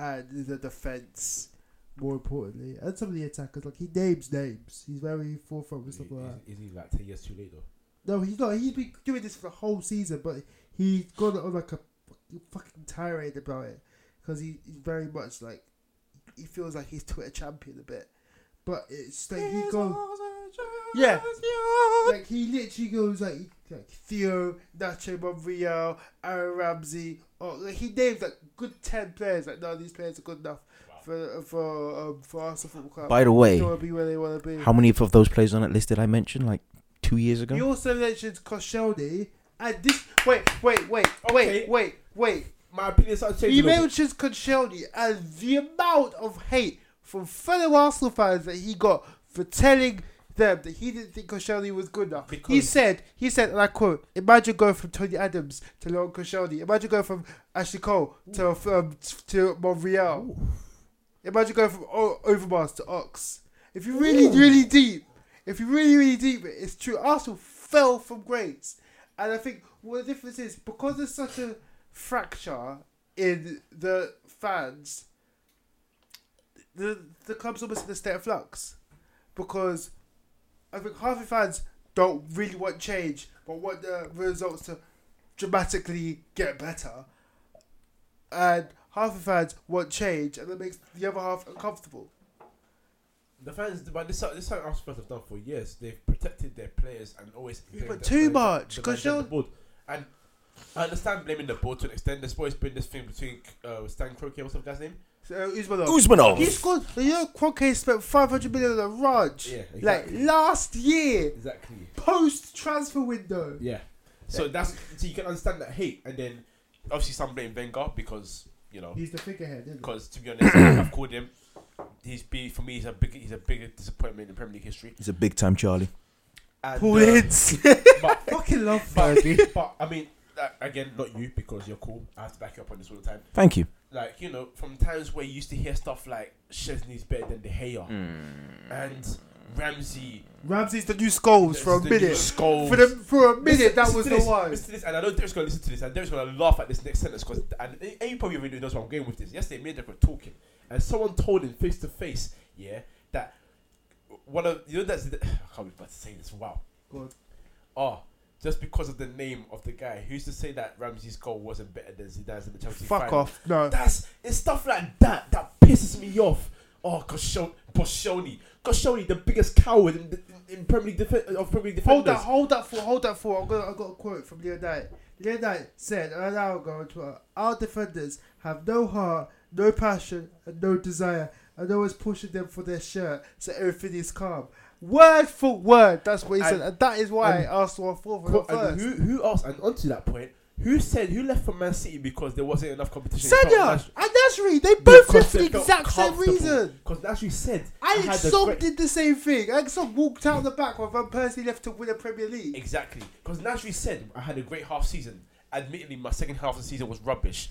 Speaker 3: and the defence, more importantly, and some of the attackers. Like, he names names. He's very forefront with
Speaker 2: Is,
Speaker 3: stuff like that.
Speaker 2: is, is he like ten years too late though?
Speaker 3: No, he's not. He's been doing this for the whole season, but he's gone on like a fucking- fucking tirade about it because he, he's very much like he feels like he's Twitter champion a bit. But it's like he goes, yeah, like he literally goes like, like Theo, Nacho Monreal, Aaron Ramsey. Or like he names like good ten players. Like none of these players are good enough for for um, for Arsenal Football Club.
Speaker 1: By the
Speaker 3: they
Speaker 1: way,
Speaker 3: want to be where they want to be.
Speaker 1: how many of those players on that list did I mention? Like two years
Speaker 3: You
Speaker 1: ago?
Speaker 3: also mentioned Koscielny and this. Wait, wait, wait, oh,
Speaker 2: Okay.
Speaker 3: wait, wait, wait.
Speaker 2: My opinion started
Speaker 3: He
Speaker 2: changing. a little bit.
Speaker 3: mentions Koscielny and the amount of hate from fellow Arsenal fans that he got for telling them that he didn't think Koscielny was good enough. he
Speaker 2: Because-
Speaker 3: said, he said, and I quote, "Imagine going from Tony Adams to Leon Koscielny. Imagine going from Ashley Cole to um, to Monreal. Imagine going from o- Overmars to Ox. If you really, really deep, if you really, really deep, it, it's true. Arsenal fell from grace, and I think what the difference is because there's such a fracture in the fans. The the club's almost in a state of flux, because I think half the fans don't really want change, but want the results to dramatically get better and half the fans want change, and that makes the other half uncomfortable.
Speaker 2: The fans, but this this is something Arsenal fans have done for years. They've protected their players and always.
Speaker 3: Yeah, but
Speaker 2: blamed
Speaker 3: too
Speaker 2: the manager-
Speaker 3: much,
Speaker 2: the
Speaker 3: 'cause
Speaker 2: manager and
Speaker 3: you're-
Speaker 2: the board. And I understand blaming the board to an extent. There's always been this thing between uh, Stan Kroenke, what's the guy's name?
Speaker 3: So uh, Usmanov,
Speaker 1: Usmanov.
Speaker 3: he scored. You know, Kroenke spent five hundred million on Raj,
Speaker 2: Yeah,
Speaker 3: like last year,
Speaker 2: Exactly.
Speaker 3: post transfer window.
Speaker 2: Yeah. So that's so you can understand that hate, and then obviously some blame Wenger because you know
Speaker 3: He's the figurehead, isn't he?
Speaker 2: because to be honest, *coughs* I've called him. He's be for me. He's a big. He's a bigger disappointment in Premier League history.
Speaker 1: He's a big time Charlie.
Speaker 2: And,
Speaker 3: Paul
Speaker 2: uh,
Speaker 3: Hintz.
Speaker 2: but
Speaker 3: Fucking love
Speaker 2: But,
Speaker 3: Fergie.
Speaker 2: but I mean, like, again, not you because you're cool. I have to back you up on this all the time.
Speaker 1: Thank you.
Speaker 2: Like you know, from times where you used to hear stuff like Chesney's better than De Gea
Speaker 1: Mm. Hmm.
Speaker 2: and Ramsey
Speaker 3: *laughs* Ramsey's the new Scholes for a
Speaker 2: the new
Speaker 3: minute.
Speaker 2: Scholes.
Speaker 3: For the for a
Speaker 2: Listen-
Speaker 3: minute, that
Speaker 2: listen
Speaker 3: was
Speaker 2: to
Speaker 3: the
Speaker 2: this,
Speaker 3: one.
Speaker 2: Listen to this, and I know Derek's going to listen to this, and Derek's going to laugh at this next sentence because, and, and you probably already knows where I'm going with this. Yesterday, me and Derek were talking, and someone told him face to face, yeah, that one of you know that's the, *sighs* I can't be about to say this. Wow.
Speaker 3: Go on.
Speaker 2: Oh, just because of the name of the guy who's to say that Ramsey's goal wasn't better than Zidane's in the Chelsea
Speaker 3: Fuck
Speaker 2: final?
Speaker 3: off. No.
Speaker 2: That's it's stuff like that that pisses me off. Oh, Koscielny, Koscielny, Koscielny, the biggest coward in, the, in Premier League defe- of Premier League defenders.
Speaker 3: Hold that, hold that for, hold that for. I've got, I've got a quote from Leo Knight. Leo Knight said an hour ago on Twitter, "Our defenders have no heart, no passion, and no desire, and always pushing them for their shirt so everything is calm. Word for word, that's what he said,
Speaker 2: And-
Speaker 3: and that is why
Speaker 2: and-
Speaker 3: Arsenal are fourth and
Speaker 2: Qu-
Speaker 3: not
Speaker 2: and
Speaker 3: first.
Speaker 2: who, who else? And onto that point, who said who left for Man City because there wasn't enough competition?
Speaker 3: Sanya and Nasri, they both left for the exact same reason.
Speaker 2: Because as you said, I
Speaker 3: Alex
Speaker 2: had a
Speaker 3: Song
Speaker 2: great-
Speaker 3: did the same thing. Alex Song walked out the back when Van Persie left to win the Premier League.
Speaker 2: Exactly. Because Nasri said, I had a great half season. Admittedly, my second half of the season was rubbish,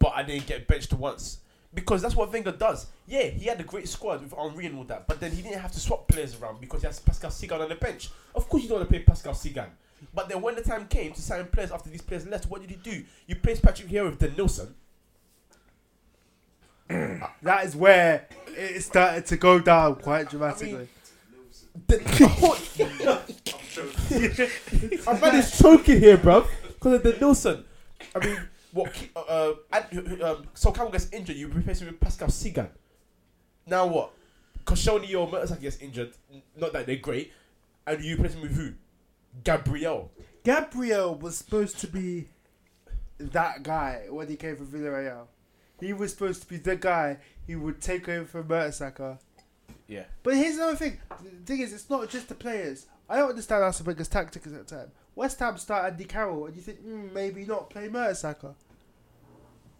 Speaker 2: but I didn't get benched once. Because that's what Wenger does. Yeah, he had a great squad with Henri and all that, but then he didn't have to swap players around because he has Pascal Sigan on the bench. Of course, you don't want to play Pascal Sigan. But then when the time came to sign players after these players left, what did you do? You placed Patrick here with Danielson.
Speaker 3: That is where it started to go down quite dramatically.
Speaker 2: *laughs* Den- *laughs* My man is choking here, bro, because of Danielson. I mean, what? Ki- Uh, uh, Ad- um, so Campbell gets injured. You replace him with Pascal Sigan. Now what? Koscielny or Mertesacker gets injured. n- Not that they're great, and you replace him with who? Gabriel.
Speaker 3: Gabriel was supposed to be that guy when he came from Villarreal. He was supposed to be the guy who would take over from Mertesacker.
Speaker 2: Yeah.
Speaker 3: But here's another thing. The thing is, it's not just the players. I don't understand Arsene Wenger's tactics at the time. West Ham started Andy Carroll, and you think mm, maybe not play Mertesacker.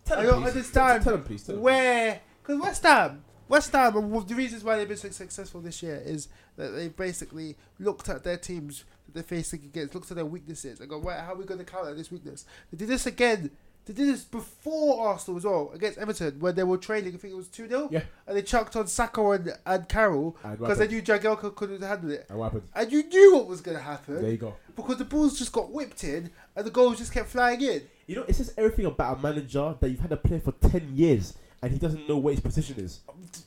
Speaker 2: Tell
Speaker 3: I
Speaker 2: him,
Speaker 3: don't
Speaker 2: please.
Speaker 3: understand
Speaker 2: Tell him, please. Tell him.
Speaker 3: Where? Because West Ham, West Ham, and one of the reasons why they've been so successful this year is that they basically looked at their teams that they're facing against, looked at their weaknesses, and go, right, how are we going to counter this weakness? They did this again. They did this before Arsenal as well against Everton, where they were trailing. I think it was two 0
Speaker 5: Yeah.
Speaker 3: and they chucked on Saka and, and Carroll
Speaker 5: And what
Speaker 3: because they
Speaker 5: happened?
Speaker 3: knew Jagielka couldn't handle it,
Speaker 5: And what happened?
Speaker 3: and you knew what was going to happen
Speaker 5: There you go.
Speaker 3: because the balls just got whipped in and the goals just kept flying in.
Speaker 2: You know, it says everything about a manager that you've had a player for ten years and he doesn't know where his position is.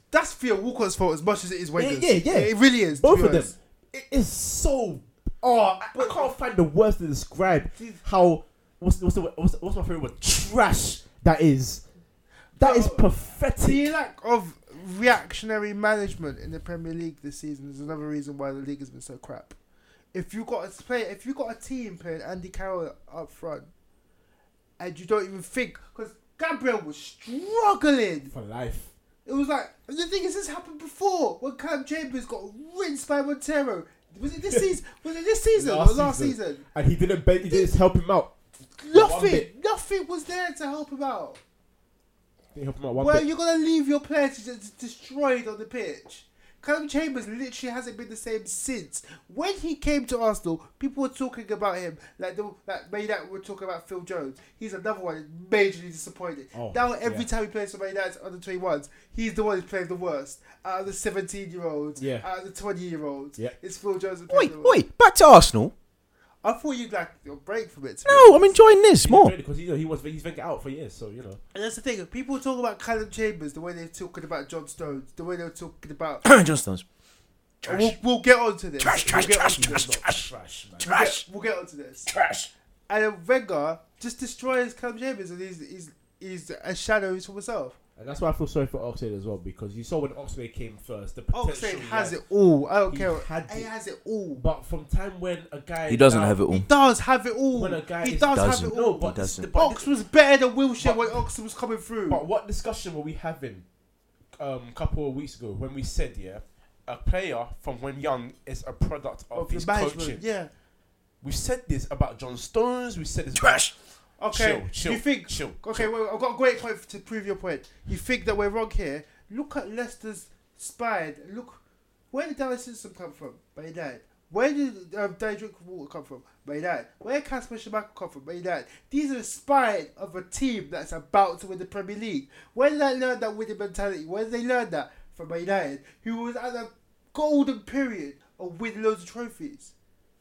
Speaker 3: That's Theo Walker's fault as much as it is Wenger's.
Speaker 2: yeah, yeah.
Speaker 3: It really is. to
Speaker 2: Both
Speaker 3: be
Speaker 2: of them.
Speaker 3: honest.
Speaker 2: It is so. Oh, I, I can't find the words to describe how. What's what's, the, what's, what's my favorite word? Trash. That is. That is
Speaker 3: No.
Speaker 2: pathetic.
Speaker 3: The lack of reactionary management in the Premier League this season is another reason why the league has been so crap. If you got a play, if you got a team playing Andy Carroll up front, and you don't even think because Gabriel was struggling,
Speaker 5: For life.
Speaker 3: it was like and the thing is this happened before when Cam Chambers got rinsed by Montero. Was
Speaker 2: *laughs*
Speaker 3: it this season? Was it this season
Speaker 2: Last
Speaker 3: or last
Speaker 2: season.
Speaker 3: season?
Speaker 2: And he didn't. Beg, he didn't help him out. One
Speaker 3: Nothing,
Speaker 2: bit.
Speaker 3: nothing was there to help him out.
Speaker 2: Didn't help him out one
Speaker 3: Well,
Speaker 2: bit.
Speaker 3: you're gonna leave your player to just destroyed on the pitch. Callum Chambers literally hasn't been the same since. When he came to Arsenal, people were talking about him like the like Man United were talking about Phil Jones. He's another one that's majorly disappointed.
Speaker 5: Oh,
Speaker 3: now every
Speaker 5: yeah.
Speaker 3: time he plays for Man United's under twenty ones, he's the one who's playing the worst. Out of the seventeen year olds,
Speaker 5: Yeah.
Speaker 3: out of the twenty year olds,
Speaker 5: Yeah.
Speaker 3: it's Phil Jones. that's playing
Speaker 1: Oi,
Speaker 3: the worst.
Speaker 1: oi, back to Arsenal.
Speaker 3: I thought you'd like your break from it. to be
Speaker 1: No, I'm enjoying this more. *coughs*
Speaker 2: Because you know he was he's been out for years, so you know.
Speaker 3: And that's the thing. People talk about Callum Chambers the way they're talking about John Stones, the way they're talking about.
Speaker 1: Johnstones.
Speaker 3: And We'll, we'll get on to this.
Speaker 1: Trash, trash,
Speaker 3: we'll get
Speaker 1: trash,
Speaker 3: onto
Speaker 1: trash,
Speaker 3: this.
Speaker 1: trash,
Speaker 2: Trash, man.
Speaker 1: trash,
Speaker 3: We'll get, we'll get onto this.
Speaker 1: trash.
Speaker 3: And then Wenger just destroys Cam Chambers and he's, he's, he's a shadow for himself.
Speaker 2: And that's why I feel sorry for Oxlade as well because you saw when Oxlade came first, the potential.
Speaker 3: Oxlade has
Speaker 2: Oh, yeah.
Speaker 3: it all. I don't
Speaker 2: He
Speaker 3: care.
Speaker 2: had
Speaker 3: he
Speaker 2: it.
Speaker 3: has it all.
Speaker 2: But from time when a guy
Speaker 1: He doesn't
Speaker 2: now-
Speaker 1: have it
Speaker 3: He
Speaker 1: all.
Speaker 3: does have it all.
Speaker 2: When a guy
Speaker 3: he
Speaker 2: is-
Speaker 3: does have
Speaker 1: Doesn't.
Speaker 3: it
Speaker 2: No,
Speaker 3: all.
Speaker 2: but
Speaker 1: He doesn't.
Speaker 2: the- but
Speaker 3: Ox was better than Wilshire
Speaker 2: But-
Speaker 3: when Ox was coming through.
Speaker 2: But what discussion were we having um, a couple of weeks ago when we said, yeah, a player from when young is a product of,
Speaker 3: of
Speaker 2: his
Speaker 3: the management,
Speaker 2: coaching?
Speaker 3: yeah.
Speaker 2: We said this about John Stones. We said this
Speaker 1: Trash.
Speaker 2: about
Speaker 3: Okay,
Speaker 2: Chill, chill,
Speaker 3: you think
Speaker 2: chill.
Speaker 3: Okay, well, I've got a great point to prove your point. You think that we're wrong here? Look at Leicester's spine. Look, where did Dallas Simpson come from? By United. Where did um, Diedrich Water come from? By United. Where did Casper Schmeichel come from? By United. These are the spine of a team that's about to win the Premier League. Where did I learn that winning mentality? Where did they learn that? From Man United, who was at a golden period of winning loads of trophies.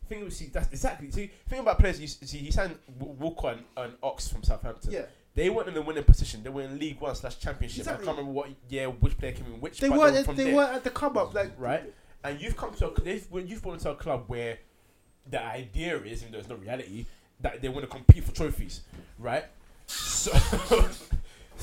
Speaker 2: Think we see that's exactly. See, think about players. You s- see, he signed W- Walker and, and Ox from Southampton.
Speaker 3: Yeah.
Speaker 2: They weren't in the winning position. They were in League One slash Championship.
Speaker 3: Exactly.
Speaker 2: I can't remember what year which player came in which.
Speaker 3: They
Speaker 2: but
Speaker 3: weren't.
Speaker 2: were
Speaker 3: They,
Speaker 2: from there.
Speaker 3: weren't at the come up. Like
Speaker 2: right? And you've come to a, they've, when you've gone into a club where the idea is, even though it's not reality, that they want to compete for trophies, right? So, *laughs*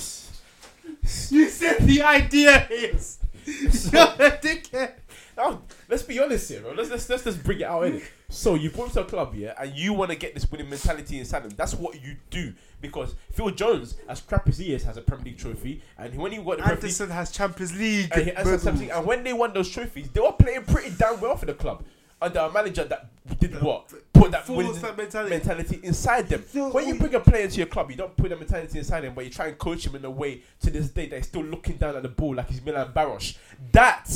Speaker 3: you said, the idea is.
Speaker 2: so *laughs*
Speaker 3: Dickhead.
Speaker 2: now, Oh, let's be be honest here, bro. Let's let's let's just bring it out in. So you brought him to a club, yeah, and you want to get this winning mentality inside him. That's what you do because Phil Jones, as crap as he is, has a Premier League trophy, and when he won the Premier League,
Speaker 3: Anderson has Champions League.
Speaker 2: and, he- and
Speaker 3: medals.
Speaker 2: something- and when they won those trophies, they were playing pretty damn well for the club under a manager that did what put that
Speaker 3: Full
Speaker 2: winning
Speaker 3: stop mentality.
Speaker 2: mentality inside them.
Speaker 3: Phil-
Speaker 2: When you
Speaker 3: we-
Speaker 2: bring a player to your club, you don't put that mentality inside him, but you try and coach him in a way to this day that he's still looking down at the ball like he's Milan Baros. That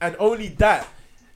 Speaker 2: and only that.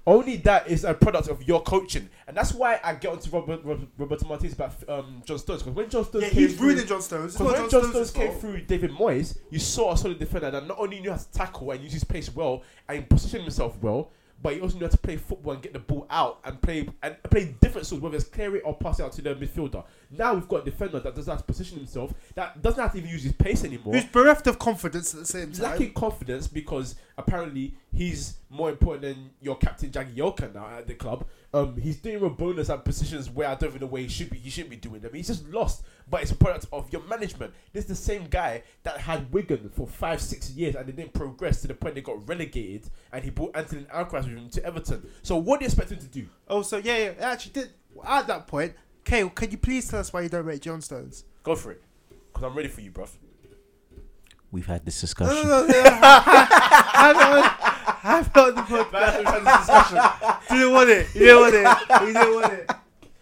Speaker 2: Only that is a product of your coaching, and that's why I get onto Robert, Robert, Roberto Martinez about um, John Stones because when John Stones
Speaker 3: yeah,
Speaker 2: came
Speaker 3: he's
Speaker 2: through-
Speaker 3: ruining John Stones. It's
Speaker 2: because
Speaker 3: not
Speaker 2: when John Stones
Speaker 3: Stones'
Speaker 2: came
Speaker 3: fault.
Speaker 2: through David Moyes, you saw a solid defender that not only knew how to tackle and use his pace well and position himself well, but he also knew how to play football and get the ball out and play and play different sorts, whether it's clear it or pass it out to the midfielder. Now we've got a defender that doesn't have to position himself, that doesn't have to even use his pace anymore.
Speaker 3: Who's bereft of confidence at the same time.
Speaker 2: lacking confidence because apparently he's more important than your captain Jagioka now at the club. Um, he's doing bonus at positions where I don't even know where he should be. He shouldn't be doing them. He's just lost. But it's a product of your management. This is the same guy that had Wigan for five, six years and they didn't progress to the point they got relegated. And he brought Anthony Alcaraz with him to Everton. So what do you expect him to do?
Speaker 3: Also, Oh, yeah, yeah, actually, did at that point, Kale, can you please tell us why you don't rate John Stones?
Speaker 2: Go for it, because I'm ready for you, bruv.
Speaker 1: We've had this
Speaker 3: *laughs* No,
Speaker 1: discussion.
Speaker 3: no, no, no. I'm not- I'm not the podcast. You didn't want it. You didn't want it. You didn't want it.
Speaker 2: *laughs*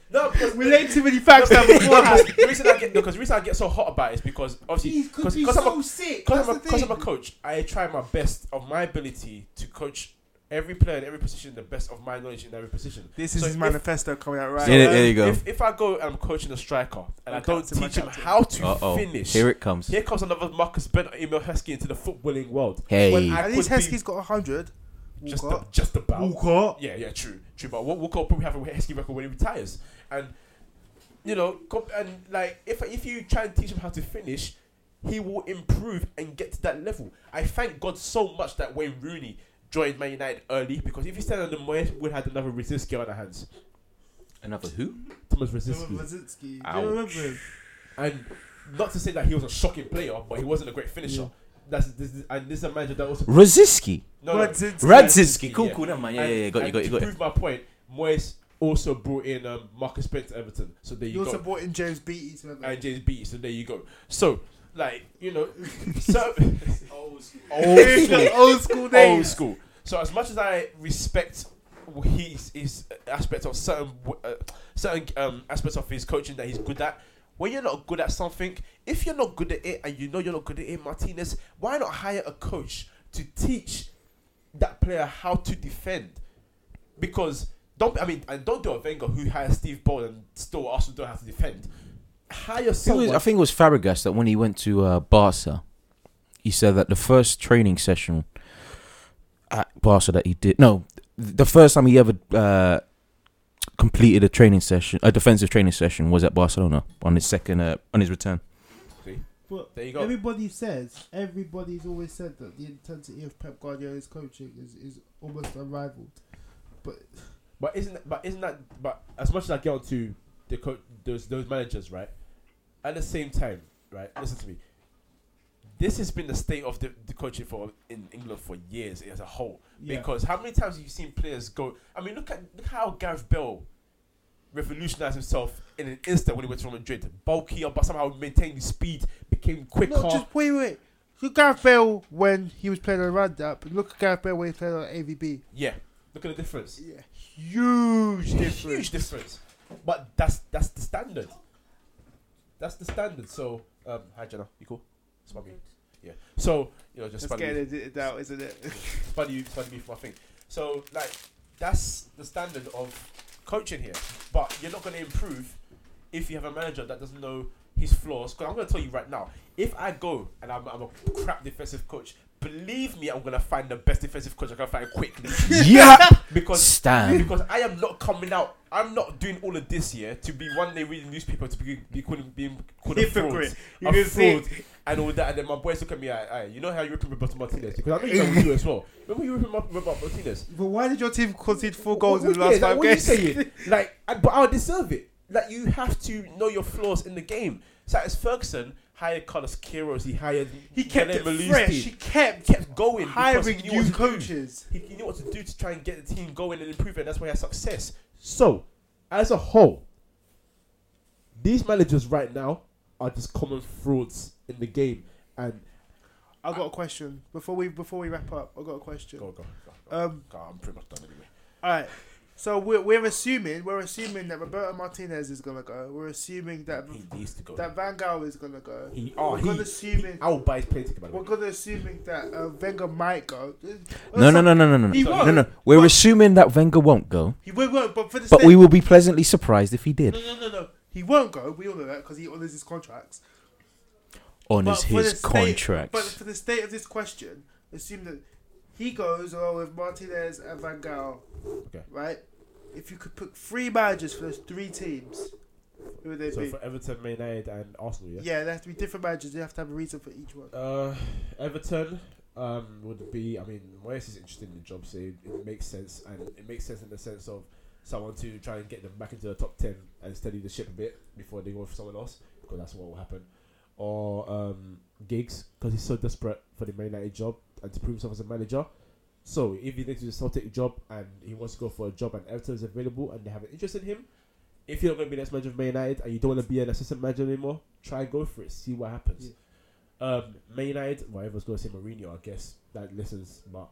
Speaker 2: No, because
Speaker 3: We
Speaker 2: *laughs*
Speaker 3: laid too many facts down beforehand.
Speaker 2: because the reason I get no, 'cause the reason I get so hot about it is because obviously because I'm a
Speaker 3: sick.
Speaker 2: because I'm, a- 'cause I'm a coach, I try my best of my ability to coach every player in every position the best of my knowledge in every position.
Speaker 3: This is
Speaker 2: So
Speaker 3: his
Speaker 2: if-
Speaker 3: manifesto coming out right.
Speaker 1: Yeah,
Speaker 3: now.
Speaker 1: there you go.
Speaker 2: If, if I go and I'm coaching a striker and I
Speaker 3: My
Speaker 2: don't
Speaker 3: captain, my
Speaker 2: teach him
Speaker 3: captain.
Speaker 2: how to
Speaker 1: Uh oh.
Speaker 2: finish,
Speaker 1: Here it comes.
Speaker 2: here comes another Marcus Bent or Emil Heskey into the footballing world.
Speaker 1: Hey.
Speaker 2: I
Speaker 3: At least
Speaker 2: could be
Speaker 3: Heskey's got 100.
Speaker 2: just,
Speaker 3: Walcott.
Speaker 2: a- just about.
Speaker 3: Walcott.
Speaker 2: Yeah, yeah, true, true. But what Walcott probably have a Heskey record when he retires, and you know, co- and like if if you try and teach him how to finish, he will improve and get to that level. I thank God so much that Wayne Rooney joined Man United early because if he stayed under Moyes, we would have had another Rosiski on our hands.
Speaker 1: Another who?
Speaker 2: Thomas Rosiski,
Speaker 3: Wazinski. Do you
Speaker 1: Ouch.
Speaker 3: remember him?
Speaker 2: and not to say that he was a shocking player, but he wasn't a great finisher. That's this, is- and this is a manager that also
Speaker 1: Roziski.
Speaker 2: no, no,
Speaker 3: Wazinski.
Speaker 1: Radzinski.
Speaker 2: Radzinski,
Speaker 1: Cool,
Speaker 2: yeah.
Speaker 1: cool. Never mind. Yeah,
Speaker 2: And-
Speaker 1: yeah, yeah. Got you,
Speaker 2: and
Speaker 1: got you,
Speaker 2: to
Speaker 1: got you.
Speaker 2: prove my point, Moyes also brought in um, Marcus Bent to Everton. So there you
Speaker 3: You also
Speaker 2: go.
Speaker 3: brought in James Beattie to remember.
Speaker 2: And James Beattie. So there you go. So like you *laughs* know, so old school,
Speaker 3: *laughs*
Speaker 2: *laughs*
Speaker 3: Old school
Speaker 2: old
Speaker 3: days.
Speaker 2: school. So as much as I respect his his aspect of certain w- uh, certain um, aspects of his coaching that he's good at. When you're not good at something, if you're not good at it and you know you're not good at it, Martinez, why not hire a coach to teach that player how to defend? Because don't I mean and don't do a Wenger who hires Steve Ball and still Arsenal don't have to defend. Hire
Speaker 1: Who
Speaker 2: someone.
Speaker 1: was, I think it was Fabregas that when he went to uh, Barca, he said that the first training session at Barca that he did, no, th- the first time he ever uh, completed a training session, a defensive training session, was at Barcelona on his second, uh, on his return.
Speaker 6: But
Speaker 2: there you go.
Speaker 6: everybody says, everybody's always said that the intensity of Pep Guardiola's coaching is, is almost unrivaled.
Speaker 2: But isn't but isn't that but as much as I get onto the co- those those managers, right? At the same time, right? Listen to me. This has been the state of the, the coaching for in England for years as a whole.
Speaker 6: Yeah.
Speaker 2: Because how many times have you seen players go? I mean, look at look how Gareth Bell revolutionized himself in an instant when he went to Real Madrid. Bulkier, but somehow maintained his speed, became quicker.
Speaker 3: No, just wait, wait. Look at Gareth Bale when he was playing on Roundup, and look at Gareth Bale when he played on AVB.
Speaker 2: yeah, look at the difference.
Speaker 3: Yeah, huge difference.
Speaker 2: Huge difference. But that's that's the standard. That's the standard. So, um, hi Jenna, you cool? Spud me. Yeah. So you know, just
Speaker 3: Just
Speaker 2: spud me,
Speaker 3: getting it out, isn't it?
Speaker 2: spud you, spud me for my thing. So like, that's the standard of coaching here. But you're not going to improve if you have a manager that doesn't know his flaws. Because I'm going to tell you right now, if I go and I'm, I'm a crap defensive coach, believe me, I'm going to find the best defensive coach I can find
Speaker 3: *laughs*
Speaker 2: quickly.
Speaker 1: yeah,
Speaker 2: because
Speaker 1: Stan.
Speaker 2: because I am not coming out. I'm not doing all of this year to be one day reading newspaper to be, be called, being called a fraud,
Speaker 3: *laughs* Hypocrite. You
Speaker 2: a
Speaker 3: can see
Speaker 2: fraud, and all that. And then my boys look at me, I, you know how you ripping Roberto Martinez because I
Speaker 3: *laughs*
Speaker 2: know you done with you as well. Remember you ripping Roberto Martinez?
Speaker 6: But why did
Speaker 3: Your team conceded four
Speaker 2: What-
Speaker 3: goals in
Speaker 2: what-
Speaker 3: the last
Speaker 2: yeah, like,
Speaker 3: five
Speaker 2: what are you
Speaker 3: games.
Speaker 2: saying? Like, I, but I deserve it. Like, you have to know your flaws in the game. So as Ferguson hired Carlos Queiroz, he hired
Speaker 3: He kept
Speaker 2: Mele
Speaker 3: it
Speaker 2: Belusti.
Speaker 3: fresh. He kept
Speaker 2: kept going. because
Speaker 3: hiring
Speaker 2: he knew what
Speaker 3: new
Speaker 2: to do.
Speaker 3: coaches.
Speaker 2: He, he knew what to do to try and get the team going and improve it. And that's why he had success. So, as a whole, these managers right now are just common frauds in the game. And
Speaker 3: I got a question before we before we wrap up. I got a question.
Speaker 2: go, go, go, go.
Speaker 3: Um,
Speaker 2: go. I'm pretty much done anyway.
Speaker 3: all right. So we're, we're assuming we're assuming that Roberto Martinez is gonna go. We're assuming that
Speaker 2: He needs to go.
Speaker 3: that Van Gaal is gonna go.
Speaker 2: he, oh,
Speaker 3: we're
Speaker 2: he,
Speaker 3: gonna assuming
Speaker 2: I will buy his plane ticket, by the
Speaker 3: we're
Speaker 2: way.
Speaker 3: gonna assuming that uh, Wenger might go.
Speaker 1: No, no, no, no, no, no,
Speaker 3: He
Speaker 1: no,
Speaker 3: won't.
Speaker 1: no, no. We're
Speaker 3: But-
Speaker 1: assuming that Wenger won't go,
Speaker 3: He won't, won't but for the
Speaker 1: but
Speaker 3: sake-
Speaker 1: we will be pleasantly surprised if he
Speaker 3: No,
Speaker 1: did.
Speaker 3: no, no, no. He won't go. We all know that because he honors his contracts.
Speaker 1: Honors
Speaker 3: But for
Speaker 1: his
Speaker 3: the state-
Speaker 1: contract.
Speaker 3: But for the state of this question, assume that he goes along with Martinez and Van Gaal.
Speaker 2: Okay.
Speaker 3: Right? If you could put three managers for those three teams, who would they
Speaker 2: So
Speaker 3: be?
Speaker 2: for Everton, Man United, and Arsenal, yeah.
Speaker 3: yeah, they have to be different managers. They have to have a reason for each one.
Speaker 2: Uh, Everton um, would be. I mean, Moyes is interested in the job, so it, it makes sense, and it makes sense in the sense of someone to try and get them back into the top ten and steady the ship a bit before they go for someone else, because that's what will happen. Or um, Giggs, because he's so desperate for the Man United job and to prove himself as a manager. So if he takes the Celtic job and he wants to go for a job and Everton is available and they have an interest in him, if you're not going to be the next manager of Man United and you don't want to be an assistant manager anymore, try and go for it. See what happens. Um, Man United, well, everyone's going to say Mourinho, I guess that listens, but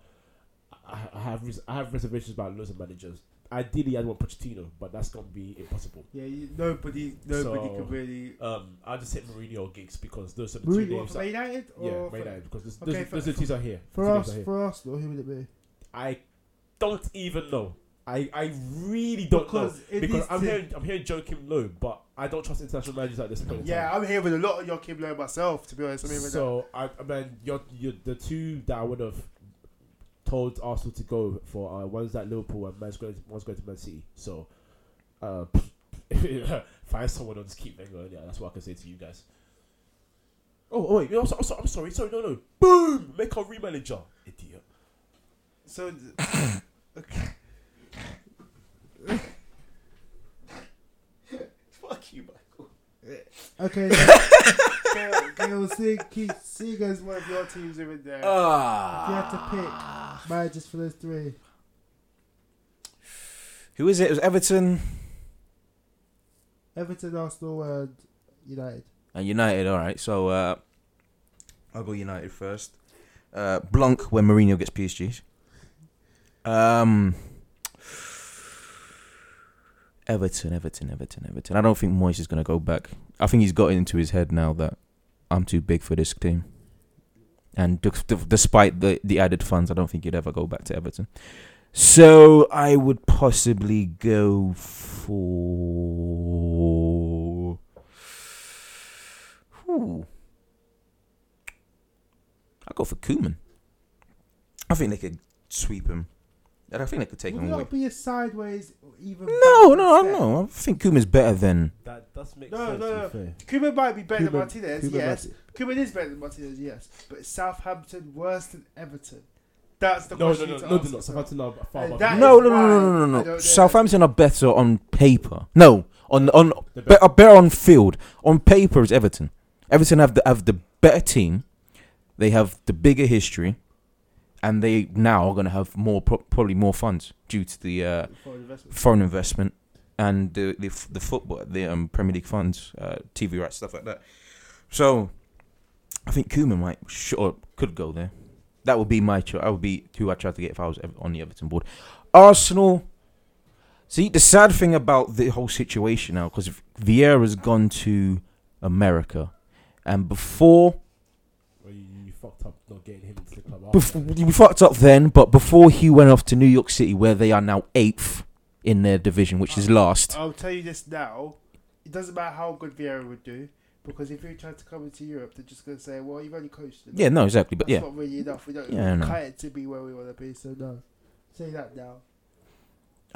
Speaker 2: I, I have res- I have reservations about loads of managers. Ideally, I'd want Pochettino, but that's going to be impossible.
Speaker 3: Yeah, you, nobody, nobody
Speaker 2: So-
Speaker 3: can really.
Speaker 2: Um, I'll just say Mourinho or Giggs because those are the two
Speaker 6: Mourinho,
Speaker 2: names.
Speaker 3: For
Speaker 2: That,
Speaker 3: Man United? Or
Speaker 2: yeah, Man
Speaker 3: for-
Speaker 2: United because those,
Speaker 3: Okay,
Speaker 2: those, those
Speaker 3: for-
Speaker 2: are the teams are here.
Speaker 6: For
Speaker 2: Two names
Speaker 6: us,
Speaker 2: are here.
Speaker 6: for Arsenal, who would it be?
Speaker 2: I don't even know. I, I really don't
Speaker 3: Because
Speaker 2: know
Speaker 3: it
Speaker 2: because
Speaker 3: is
Speaker 2: I'm
Speaker 3: to-
Speaker 2: hearing I'm hearing Joe Kim Low, but I don't trust international managers at this point. in time.
Speaker 3: Yeah, I'm here with a lot of your Kimlo myself, to be honest. I'm here with that.
Speaker 2: So I, I mean, you're, you're the two that I would have told Arsenal to go for. Uh, one's at Liverpool and man's going, one's going to Man City. So uh, *laughs* find someone and just keep them going. Yeah, that's what I can say to you guys. Oh, oh wait, I'm, so, I'm, so, I'm sorry, sorry, no, no. Boom, make a remanager, idiot.
Speaker 3: So,
Speaker 2: *laughs*
Speaker 3: okay.
Speaker 2: Fuck you, Michael.
Speaker 3: Eh,
Speaker 2: *laughs*
Speaker 6: Okay,
Speaker 3: Gail,
Speaker 6: Gail, see, Keith, Seager's one of
Speaker 3: if your team's even there.
Speaker 2: Oh.
Speaker 6: If you had
Speaker 1: Ah.
Speaker 6: your managers for those three.
Speaker 1: Who is it? It was Everton
Speaker 6: Everton, Arsenal,
Speaker 3: uh,
Speaker 6: and United.
Speaker 1: and United. All right, so uh, I'll go United first. Uh, Blanc when Mourinho gets PSG. Um, Everton, Everton, Everton, Everton. I don't think Moyes is going to go back. I think he's got it into his head now that I'm too big for this team. And d- d- despite the, the added funds, I don't think he'd ever go back to Everton. So I would possibly go for. Ooh. I'll go for Koeman. I think they could sweep him. And I think they could take
Speaker 6: Would
Speaker 1: him away.
Speaker 6: that be a sideways or even?
Speaker 1: No,
Speaker 6: backward
Speaker 1: no, I
Speaker 6: step?
Speaker 1: no. I think Koeman's better than.
Speaker 2: That does make
Speaker 3: No,
Speaker 2: sense.
Speaker 3: no,
Speaker 2: to be
Speaker 3: no.
Speaker 2: fair.
Speaker 3: Cuba might be better
Speaker 2: Koeman-
Speaker 3: than Martinez,
Speaker 2: Koeman
Speaker 3: yes.
Speaker 2: might-
Speaker 3: Cuba is better than Martinez, yes. But Southampton worse than Everton. That's the
Speaker 2: No, no,
Speaker 3: question.
Speaker 2: no,
Speaker 3: you
Speaker 2: no,
Speaker 3: need
Speaker 2: no,
Speaker 3: to
Speaker 2: no, no.
Speaker 3: ask
Speaker 2: Southampton are far
Speaker 3: And
Speaker 2: above.
Speaker 3: that
Speaker 2: you.
Speaker 3: is-
Speaker 1: No, no, no, no,
Speaker 3: why
Speaker 1: no,
Speaker 3: I
Speaker 1: no,
Speaker 3: don't
Speaker 1: no.
Speaker 3: know.
Speaker 1: Southampton are better on paper. No, on on
Speaker 2: The best.
Speaker 1: better better on field. On paper is Everton. Everton have the have the better team. They have the bigger history, and they now are going to have more pro- probably more funds due to the uh,
Speaker 3: yourself for investment.
Speaker 1: foreign investment and the the, f- the football, the um, Premier League funds, uh, TV rights, stuff like that. So, I think Koeman might sure could go there. That would be my choice. I would be who I tried to get if I was ever on the Everton board. Arsenal. See the sad thing about the whole situation now, because Vieira's gone to America, and before
Speaker 2: Well, you, you fucked up not getting him into the club. after
Speaker 1: before, we fucked up then, but before he went off to New York City, where they are now eighth in their division, which is last.
Speaker 3: I'll tell you this now. It doesn't matter how good Vieira would do, because if he tried to come into Europe, they're just going to say, well, you've only coached them.
Speaker 1: Yeah, no, exactly, but
Speaker 3: That's
Speaker 1: yeah.
Speaker 3: not really enough. We don't
Speaker 1: Yeah, I know.
Speaker 3: cut it to be where we want to be, so no. Say that now.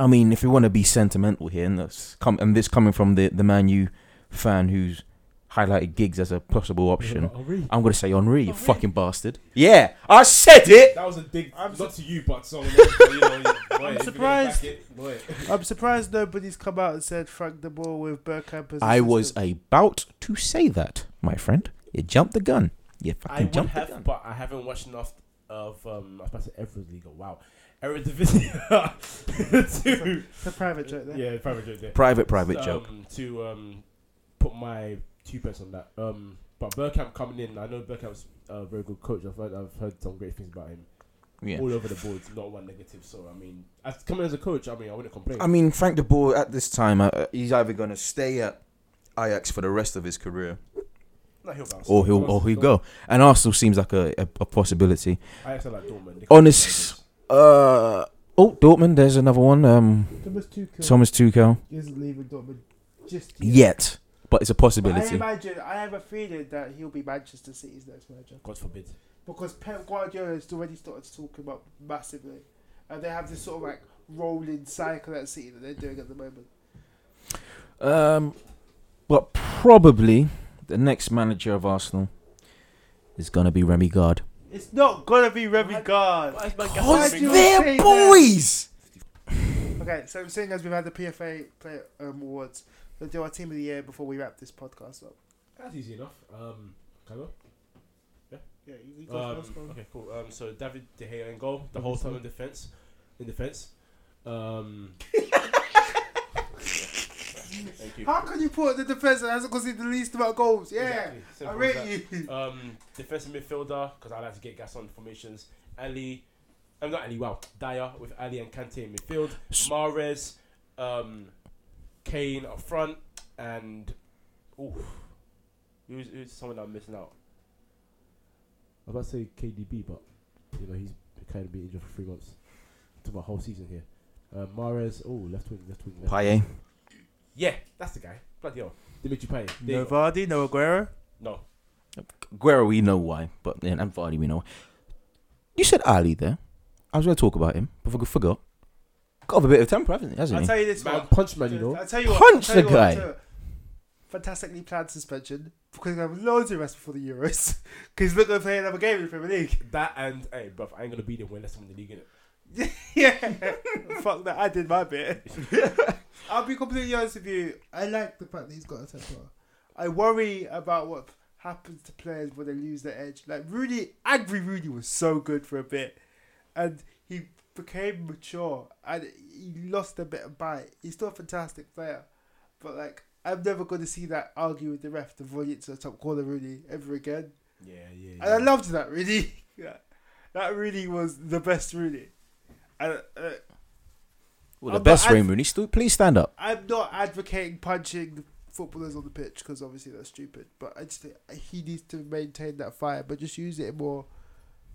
Speaker 1: I mean, if we want to be sentimental here, and that's come and this coming from the the Man U fan who's highlighted gigs as a possible option,
Speaker 2: Oh, really?
Speaker 1: I'm gonna say Henri, you fucking bastard. Yeah, I said it.
Speaker 2: That was a dig,
Speaker 3: I'm
Speaker 2: not to *laughs* you, but to someone else. but, you know, you- boy, if you're gonna
Speaker 3: surprised.
Speaker 2: back it, boy.
Speaker 3: I'm surprised nobody's come out and said Frank the ball with Burkamp as
Speaker 1: I was
Speaker 3: assistant.
Speaker 1: about to say that, my friend. You jumped the gun. You
Speaker 2: I
Speaker 1: fucking
Speaker 2: would
Speaker 1: jumped the gun.
Speaker 2: have, but I haven't watched enough of. Um, I was about to say Eredivisie. Wow, *laughs* Eredivisie to
Speaker 3: It's a private joke there.
Speaker 2: yeah, private joke there.
Speaker 1: Private, private
Speaker 2: um,
Speaker 1: joke.
Speaker 2: to um, put my two pence on that. Um, but Burkamp coming in, I know Burkamp's a very good coach. I've heard, I've heard some great things about him
Speaker 1: Yeah.
Speaker 2: all over the board. Not one negative. So I mean, as coming as a coach, I mean, I wouldn't complain.
Speaker 1: I mean, Frank de Boer at this time, uh, he's either going to stay at Ajax for the rest of his career,
Speaker 2: No, he'll bounce.
Speaker 1: or he'll or he'll go. And Arsenal seems like a, a, a possibility.
Speaker 2: I actually like Dortmund. They
Speaker 1: Honest-
Speaker 2: can't
Speaker 1: Uh, oh, Dortmund. There's another one. Um,
Speaker 6: Thomas Tuchel
Speaker 1: Thomas Tuchel.
Speaker 6: isn't leaving Dortmund just yet.
Speaker 1: Yet, but it's a
Speaker 3: But I
Speaker 1: possibility.
Speaker 3: imagine, I have a feeling that he'll be Manchester City's next manager.
Speaker 2: God forbid.
Speaker 3: Because Pep Guardiola has already started talking about massively. And they have this sort of like rolling cycle at City that they're doing at the moment.
Speaker 1: Um, but probably the next manager of Arsenal is going to be Remy Gard.
Speaker 3: It's not gonna be Remy
Speaker 2: What?
Speaker 3: Gard.
Speaker 1: Cause
Speaker 3: do you
Speaker 1: they're
Speaker 3: say that?
Speaker 1: boys.
Speaker 3: Okay, so seeing as we've had the PFA play, um, awards, we'll do our team of the year before we wrap this podcast up.
Speaker 2: That's easy enough. Um, can I go?
Speaker 3: Yeah, you go
Speaker 2: Um,
Speaker 3: first. Colin.
Speaker 2: okay, cool. Um, so David De Gea in goal, the whole time in defense, in defense. Um, thank you.
Speaker 3: How can you put the defense that hasn't conceded the least amount of goals? Yeah,
Speaker 2: Exactly.
Speaker 3: I
Speaker 2: Simple as that.
Speaker 3: rate you.
Speaker 2: Um, defensive midfielder because I like to get gas on formations. Ali, I'm not Ali. Wow, Dyer with Ali and Kante in midfield.
Speaker 1: S-
Speaker 2: Mares, um, Kane up front, and ooh, who's, who's someone that I'm missing out? I was about to say KDB, but you know he's kind of been injured for three months to my whole season here. Uh, Mares, oh left wing, left wing. Left.
Speaker 1: Paye.
Speaker 2: Yeah, that's the guy. Bloody hell, Dimitri Payet. There you go.
Speaker 3: Vardy, no Aguero.
Speaker 2: No,
Speaker 1: Guerra, we know why, but yeah, and Vardy, we know. why. You said Ali there. I was going to talk about him, but I forgot. Got a bit of temper, hasn't he? Hasn't
Speaker 3: I'll
Speaker 1: he?
Speaker 3: tell you this
Speaker 2: man,
Speaker 3: one.
Speaker 2: punch man, you know.
Speaker 3: I'll tell you what.
Speaker 1: Punch
Speaker 3: I'll tell
Speaker 1: the
Speaker 3: you what, I'll
Speaker 1: guy.
Speaker 3: tell you what. Fantastically planned suspension because we have loads of rest before the Euros *laughs* because he's not going to play another game in the Premier League.
Speaker 2: That and hey, bruv, I ain't gonna be there when let's win the league in it.
Speaker 3: yeah, *laughs* fuck that. I did my bit. *laughs* I'll be completely honest with you.
Speaker 6: I like the fact that he's got a temper.
Speaker 3: I worry about what happens to players when they lose their edge. Like Rooney, angry Rooney was so good for a bit, and he became mature and he lost a bit of bite. He's still a fantastic player, but like I'm never going to see that argue with the ref, the voyage to the top corner Rooney ever again.
Speaker 2: Yeah, yeah.
Speaker 3: And I loved that Rooney. *laughs* yeah. That Rooney was the best Rooney. And, uh,
Speaker 1: Well, the
Speaker 3: Uh, but
Speaker 1: best
Speaker 3: I-
Speaker 1: Ray Rooney, stu- please stand up.
Speaker 3: I'm not advocating punching the footballers on the pitch because obviously that's stupid. But I just think he needs to maintain that fire, but just use it in more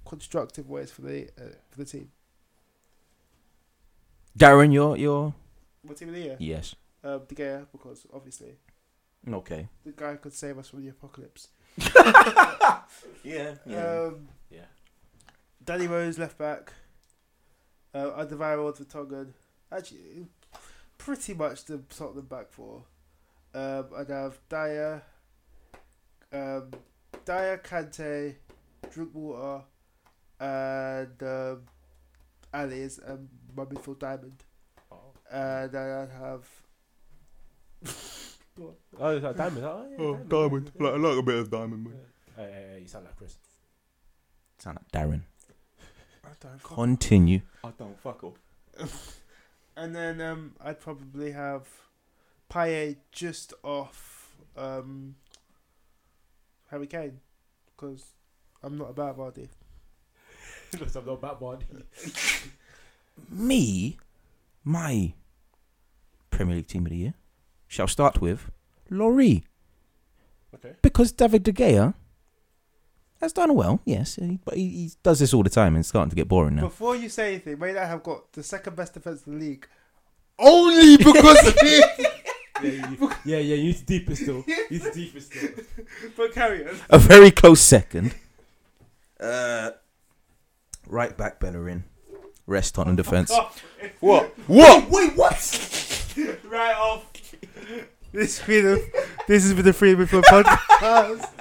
Speaker 3: constructive ways for the uh, for the team.
Speaker 1: Darren, you're, you're...
Speaker 3: What team of the year?
Speaker 1: Yes.
Speaker 3: Um, De Gea, because obviously
Speaker 1: Okay.
Speaker 3: the guy could save us from the apocalypse.
Speaker 1: *laughs* Yeah.
Speaker 3: Um,
Speaker 2: Yeah.
Speaker 3: Danny Rose left back. Uh, Alderweireld for Tongan. Actually, pretty much the Tottenham back four. Um, I'd have Dyer, um, Dyer, Kante, Drinkwater, and um, Ali's and my midfield diamond.
Speaker 2: Oh.
Speaker 3: And then I'd have.
Speaker 2: Oh, is that diamond? Oh, yeah, diamond.
Speaker 4: Like, I like a bit of diamond.
Speaker 2: but- Hey, hey, hey, you sound like Chris.
Speaker 1: Sound like Darren.
Speaker 3: I don't
Speaker 1: Continue.
Speaker 4: I don't fuck up.
Speaker 3: And then um, I'd probably have Paye just off um, Harry Kane because I'm not about Vardy.
Speaker 2: *laughs* Because I'm not bad one.
Speaker 1: Me, my Premier League team of the year, shall start with Laurie.
Speaker 2: Okay.
Speaker 1: Because David De Gea has done well, yes, he- but he, he does this all the time and it's starting to get boring now.
Speaker 3: Before you say anything, may I have got the second best defense in the league only because
Speaker 4: *laughs*
Speaker 3: of him.
Speaker 2: *laughs* Yeah, you, *laughs* yeah, yeah. You need to deeper still. You need to deeper still.
Speaker 3: *laughs* But carry on.
Speaker 1: A very close second. Uh, right back Bellerin. Rest on in defence.
Speaker 4: What?
Speaker 1: What? Wait, what?
Speaker 3: *laughs* Right off. This has been the this has been the
Speaker 1: *laughs*
Speaker 3: Freedom Flow podcast.
Speaker 2: *laughs*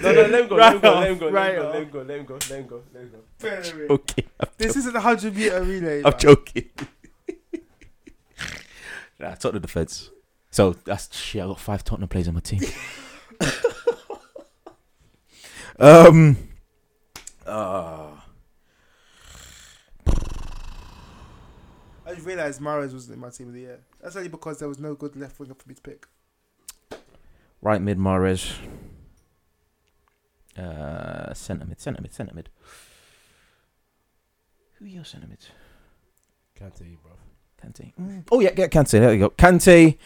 Speaker 2: No, no, let him go.
Speaker 3: Right
Speaker 2: let him go. Let him
Speaker 3: off,
Speaker 2: go.
Speaker 3: right
Speaker 2: Let him go. Let him go. Let him go. Let him go.
Speaker 1: Okay, I'm,
Speaker 3: *laughs* This isn't a hundred meter relay.
Speaker 1: I'm
Speaker 3: man.
Speaker 1: *laughs* joking. nah, Tottenham defence. So that's shit. I got five Tottenham players on my team. *laughs* Um. Uh,
Speaker 3: I just realised Mares wasn't in my team of the year. That's only because there was no good left winger for me to pick.
Speaker 1: right mid Mares. Uh, centre mid, centre mid, centre mid. Who are your centre mids?
Speaker 5: Can't tell you, bro.
Speaker 1: Kante. Oh yeah, get Kante. There you go. Kante,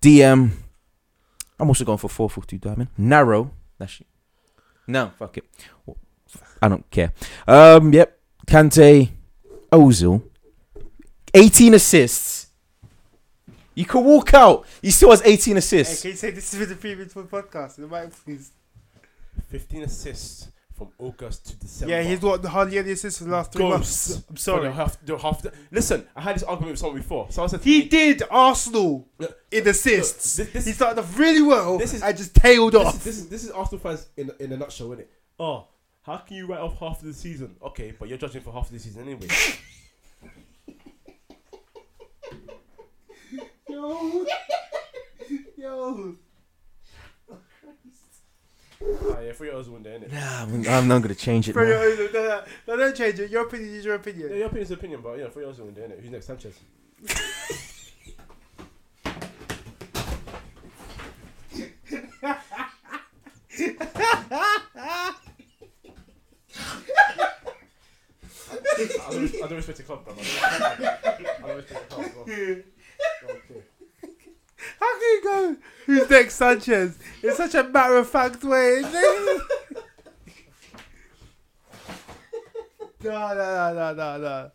Speaker 1: DM. I'm also going for four foot two diamond. Narrow. That's no. Fuck it. Wha- I don't care. Um. Yep. Kante, Ozil. 18 assists. You could walk out. He still has 18
Speaker 3: Hey,
Speaker 1: assists.
Speaker 3: can you say this is the previous for podcast? The mic, please.
Speaker 2: 15 assists from August to December.
Speaker 3: Yeah, he's got hardly any assists for the last three
Speaker 2: Ghosts.
Speaker 3: months. I'm
Speaker 2: Sorry,
Speaker 3: sorry.
Speaker 2: half, the half. The, listen, I had this argument with someone before. Someone said to
Speaker 3: He
Speaker 2: me-
Speaker 3: did Arsenal
Speaker 2: Look,
Speaker 3: in assists.
Speaker 2: Look, this- this-
Speaker 3: he started off really well
Speaker 2: This is-
Speaker 3: and just tailed
Speaker 2: this,
Speaker 3: off.
Speaker 2: is- this is this is Arsenal fans in in a nutshell, isn't it? Oh, how can you write off half of the season? Okay, but you're judging for half of the season anyway. *laughs*
Speaker 6: Yo.
Speaker 3: *laughs*
Speaker 6: Yo.
Speaker 2: Ah, yeah, three hours one day, innit?
Speaker 1: Nah, I'm, I'm not gonna change it.
Speaker 3: Bro,
Speaker 1: now.
Speaker 3: no, no, no, no, don't change it. Your opinion is your
Speaker 2: Yeah,
Speaker 3: opinion.
Speaker 2: your opinion's opinion, but yeah, three hours one day, innit? Who's next, Sanchez? I don't, I don't respect the club, bro. I don't respect the club, bro.
Speaker 3: How can you go? Who's next, Sanchez? In such a matter of fact way. no, *laughs* no, no, no, no, no.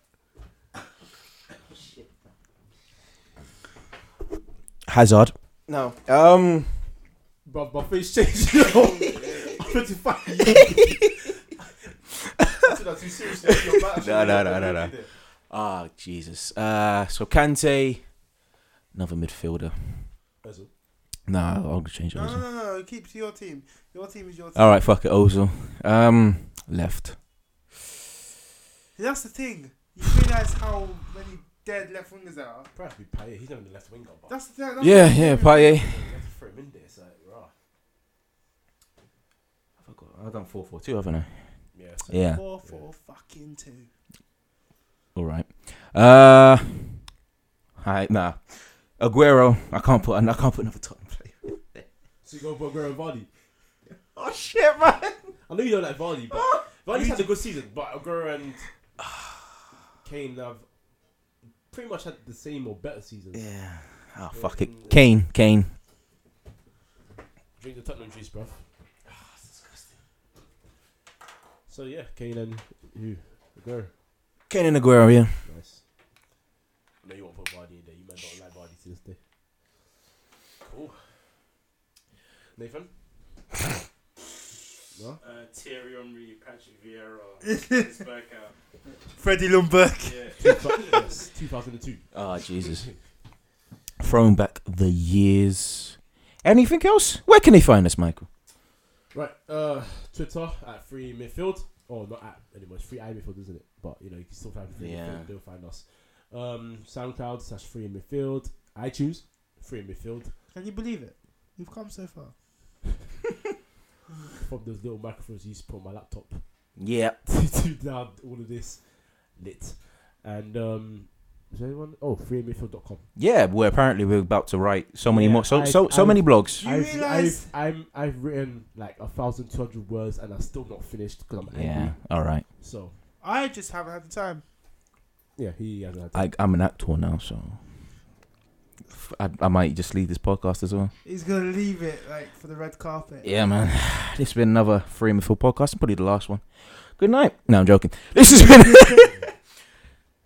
Speaker 1: Hazard. No.
Speaker 3: *laughs*
Speaker 1: Um.
Speaker 2: Bro, my face changed. You know? I'm 25 years. I took that too seriously. You're bad.
Speaker 1: No, no, no, no, no. Ah, Jesus. Uh. So Kante, another midfielder.
Speaker 2: Ozil.
Speaker 1: Nah, i will change it.
Speaker 3: No, no, no, no. Keep to your team. Your team is your team.
Speaker 1: All right, fuck it, Ozil. Um, left.
Speaker 3: That's the thing. You realise how many dead left wingers there are.
Speaker 2: Probably Payet. He's not even the left winger, but
Speaker 3: That's the thing. that's
Speaker 1: Yeah,
Speaker 3: the
Speaker 1: yeah,
Speaker 3: thing.
Speaker 1: Paye.
Speaker 2: you have to throw him in there. It's like, rah.
Speaker 1: I've done four four two, haven't I?
Speaker 2: Yeah. So
Speaker 1: Yeah.
Speaker 3: Four, four, fucking two.
Speaker 1: All right. Uh, all right, nah. Aguero, I can't put. I can't put another Tottenham *laughs* player.
Speaker 2: So you go for Aguero and Vardy.
Speaker 1: Oh shit, man.
Speaker 2: I know you don't like Vardy, but Vardy's had a good season. But Aguero and Kane have pretty much had the same or better season.
Speaker 1: Yeah. Oh fuck it. Kane, Kane.
Speaker 2: Drink the Tottenham juice, bro. So yeah, Kane and you, Aguero.
Speaker 1: Kane and Aguero, yeah.
Speaker 2: Nice. I know you won't put Vardy in there. You might not like Vardy to this day. Cool. Nathan? no?
Speaker 7: Uh, Thierry Henry, Patrick
Speaker 2: *laughs*
Speaker 7: Vieira, Dennis Bergkamp.
Speaker 3: Freddie Lundberg.
Speaker 2: *laughs*
Speaker 7: Yeah.
Speaker 2: yes, 2002.
Speaker 1: Oh Jesus. Throwing back the years. Anything else? Where can they find us, Michael?
Speaker 2: Right, uh, Twitter at free midfield. Oh, not at anymore. It's free i midfield, isn't it? But you know, you can still find free
Speaker 1: Yeah.
Speaker 2: midfield. They'll find us. Um, SoundCloud slash free midfield. iTunes free midfield
Speaker 3: Can you believe it? You've come so far.
Speaker 2: from those little microphones you used to put on my laptop
Speaker 1: Yeah.
Speaker 2: *laughs* to down all of this lit. And um, is there anyone? Oh, freemidfield.com.
Speaker 1: Yeah. We're apparently we're about to write so many
Speaker 2: Yeah,
Speaker 1: more. So
Speaker 2: I-
Speaker 1: so so
Speaker 2: I-
Speaker 1: many blogs.
Speaker 3: You
Speaker 2: I've,
Speaker 3: realise-
Speaker 2: I've, I'm, I've written like a thousand two hundred words and I'm still not finished because I'm angry.
Speaker 1: Yeah. All right.
Speaker 2: So
Speaker 3: I just haven't had the time.
Speaker 2: yeah, he hasn't had time.
Speaker 1: I, I'm an actor now, so F- I, I might just leave this podcast as well.
Speaker 3: He's gonna leave it like for the red carpet.
Speaker 1: Yeah, man. *sighs* This has been another Free and Full podcast, probably the last one. Good night. No, I'm joking. *laughs* This has been,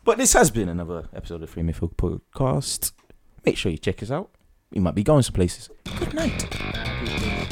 Speaker 1: but this has been another episode of Free and Full podcast. Make sure you check us out. We might be going some places. Good night.